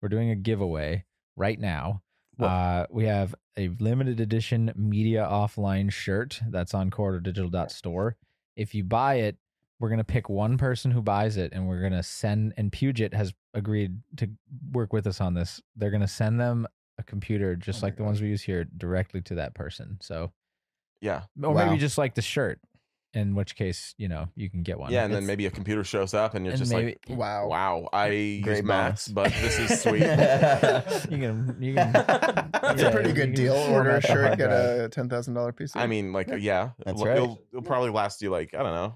Speaker 1: we're doing a giveaway right now.
Speaker 2: Wha-
Speaker 1: Uh, we have a limited edition media offline shirt that's on corridordigital.store. If you buy it, we're gonna pick one person who buys it, and we're gonna send. And Puget has agreed to work with us on this. They're gonna send them a computer just
Speaker 3: Oh my
Speaker 1: like the ones we use here directly to that person. So
Speaker 4: Yeah,
Speaker 1: or
Speaker 2: Wow.
Speaker 1: maybe just like the shirt, in which case you know you can get one.
Speaker 4: yeah, and then
Speaker 1: It's-
Speaker 4: maybe a computer shows up, and you're
Speaker 1: and
Speaker 4: just
Speaker 1: maybe-
Speaker 4: like,
Speaker 3: Wow.
Speaker 4: "Wow, I use
Speaker 2: oh, Great
Speaker 4: Max, but
Speaker 2: bonus. [laughs]
Speaker 4: this is
Speaker 1: [laughs]
Speaker 4: sweet."
Speaker 1: you can you can.
Speaker 3: [laughs] That's
Speaker 1: Yeah,
Speaker 3: a pretty
Speaker 1: you
Speaker 3: good
Speaker 1: can
Speaker 3: deal.
Speaker 1: format [laughs]
Speaker 3: Order
Speaker 1: the
Speaker 3: a shirt,
Speaker 1: hard
Speaker 3: get
Speaker 1: drive.
Speaker 3: a ten thousand dollar piece.
Speaker 4: I mean, like, yeah,
Speaker 2: That's
Speaker 4: it'll,
Speaker 2: right.
Speaker 4: it'll, it'll probably last you like I don't know,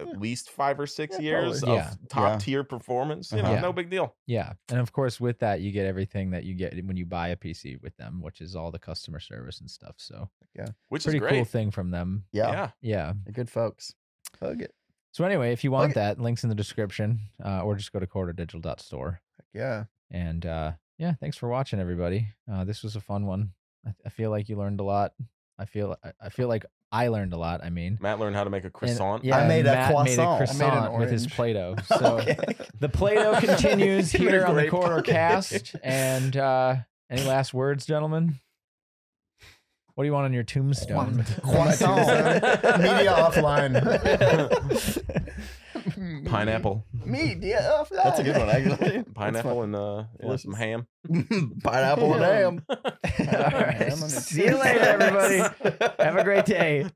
Speaker 4: at least five or six
Speaker 3: Yeah,
Speaker 4: years
Speaker 1: probably.
Speaker 4: of
Speaker 1: Yeah.
Speaker 4: top
Speaker 2: Yeah.
Speaker 4: tier performance. You know,
Speaker 2: Uh-huh.
Speaker 1: Yeah.
Speaker 4: no big deal.
Speaker 1: Yeah, and of course with that you get everything that you get when you buy a PC with them, which is all the customer service and stuff. So
Speaker 4: which
Speaker 1: pretty
Speaker 4: is great.
Speaker 1: cool thing from them.
Speaker 2: Yeah,
Speaker 4: yeah.
Speaker 1: Yeah.
Speaker 2: they're good folks.
Speaker 3: hug it.
Speaker 1: So anyway, if you want
Speaker 3: Okay.
Speaker 1: that, links in the description, uh, or just go to quarterdigital.store.
Speaker 3: Heck
Speaker 2: [laughs]
Speaker 3: Yeah.
Speaker 1: And uh, yeah, thanks for watching, everybody. Uh, this was a fun one. I, I feel like you learned a lot. I feel I, I feel like I learned a lot. I mean,
Speaker 4: Matt learned how to make a
Speaker 1: And,
Speaker 4: croissant. [laughs]
Speaker 1: yeah, [laughs]
Speaker 2: I made a
Speaker 1: Matt made a
Speaker 2: croissant.
Speaker 3: I made an
Speaker 1: croissant with his
Speaker 3: orange.
Speaker 1: Play-Doh. So the Play-Doh continues
Speaker 2: You made
Speaker 1: here
Speaker 2: a
Speaker 1: on the
Speaker 2: great
Speaker 1: Corridor
Speaker 2: Play-Doh.
Speaker 1: Cast. And uh, any last words, gentlemen? What do you want on your tombstone? [laughs]
Speaker 3: Croissant. Media
Speaker 2: [laughs]
Speaker 3: offline.
Speaker 6: Hmm.
Speaker 4: Pineapple,
Speaker 3: Media offline.
Speaker 2: That's a good
Speaker 3: [laughs]
Speaker 2: one, actually. [laughs]
Speaker 4: pineapple, and uh, yeah, some ham.
Speaker 2: Pineapple and ham. [laughs]
Speaker 1: All right. See you later, everybody. Have a great day.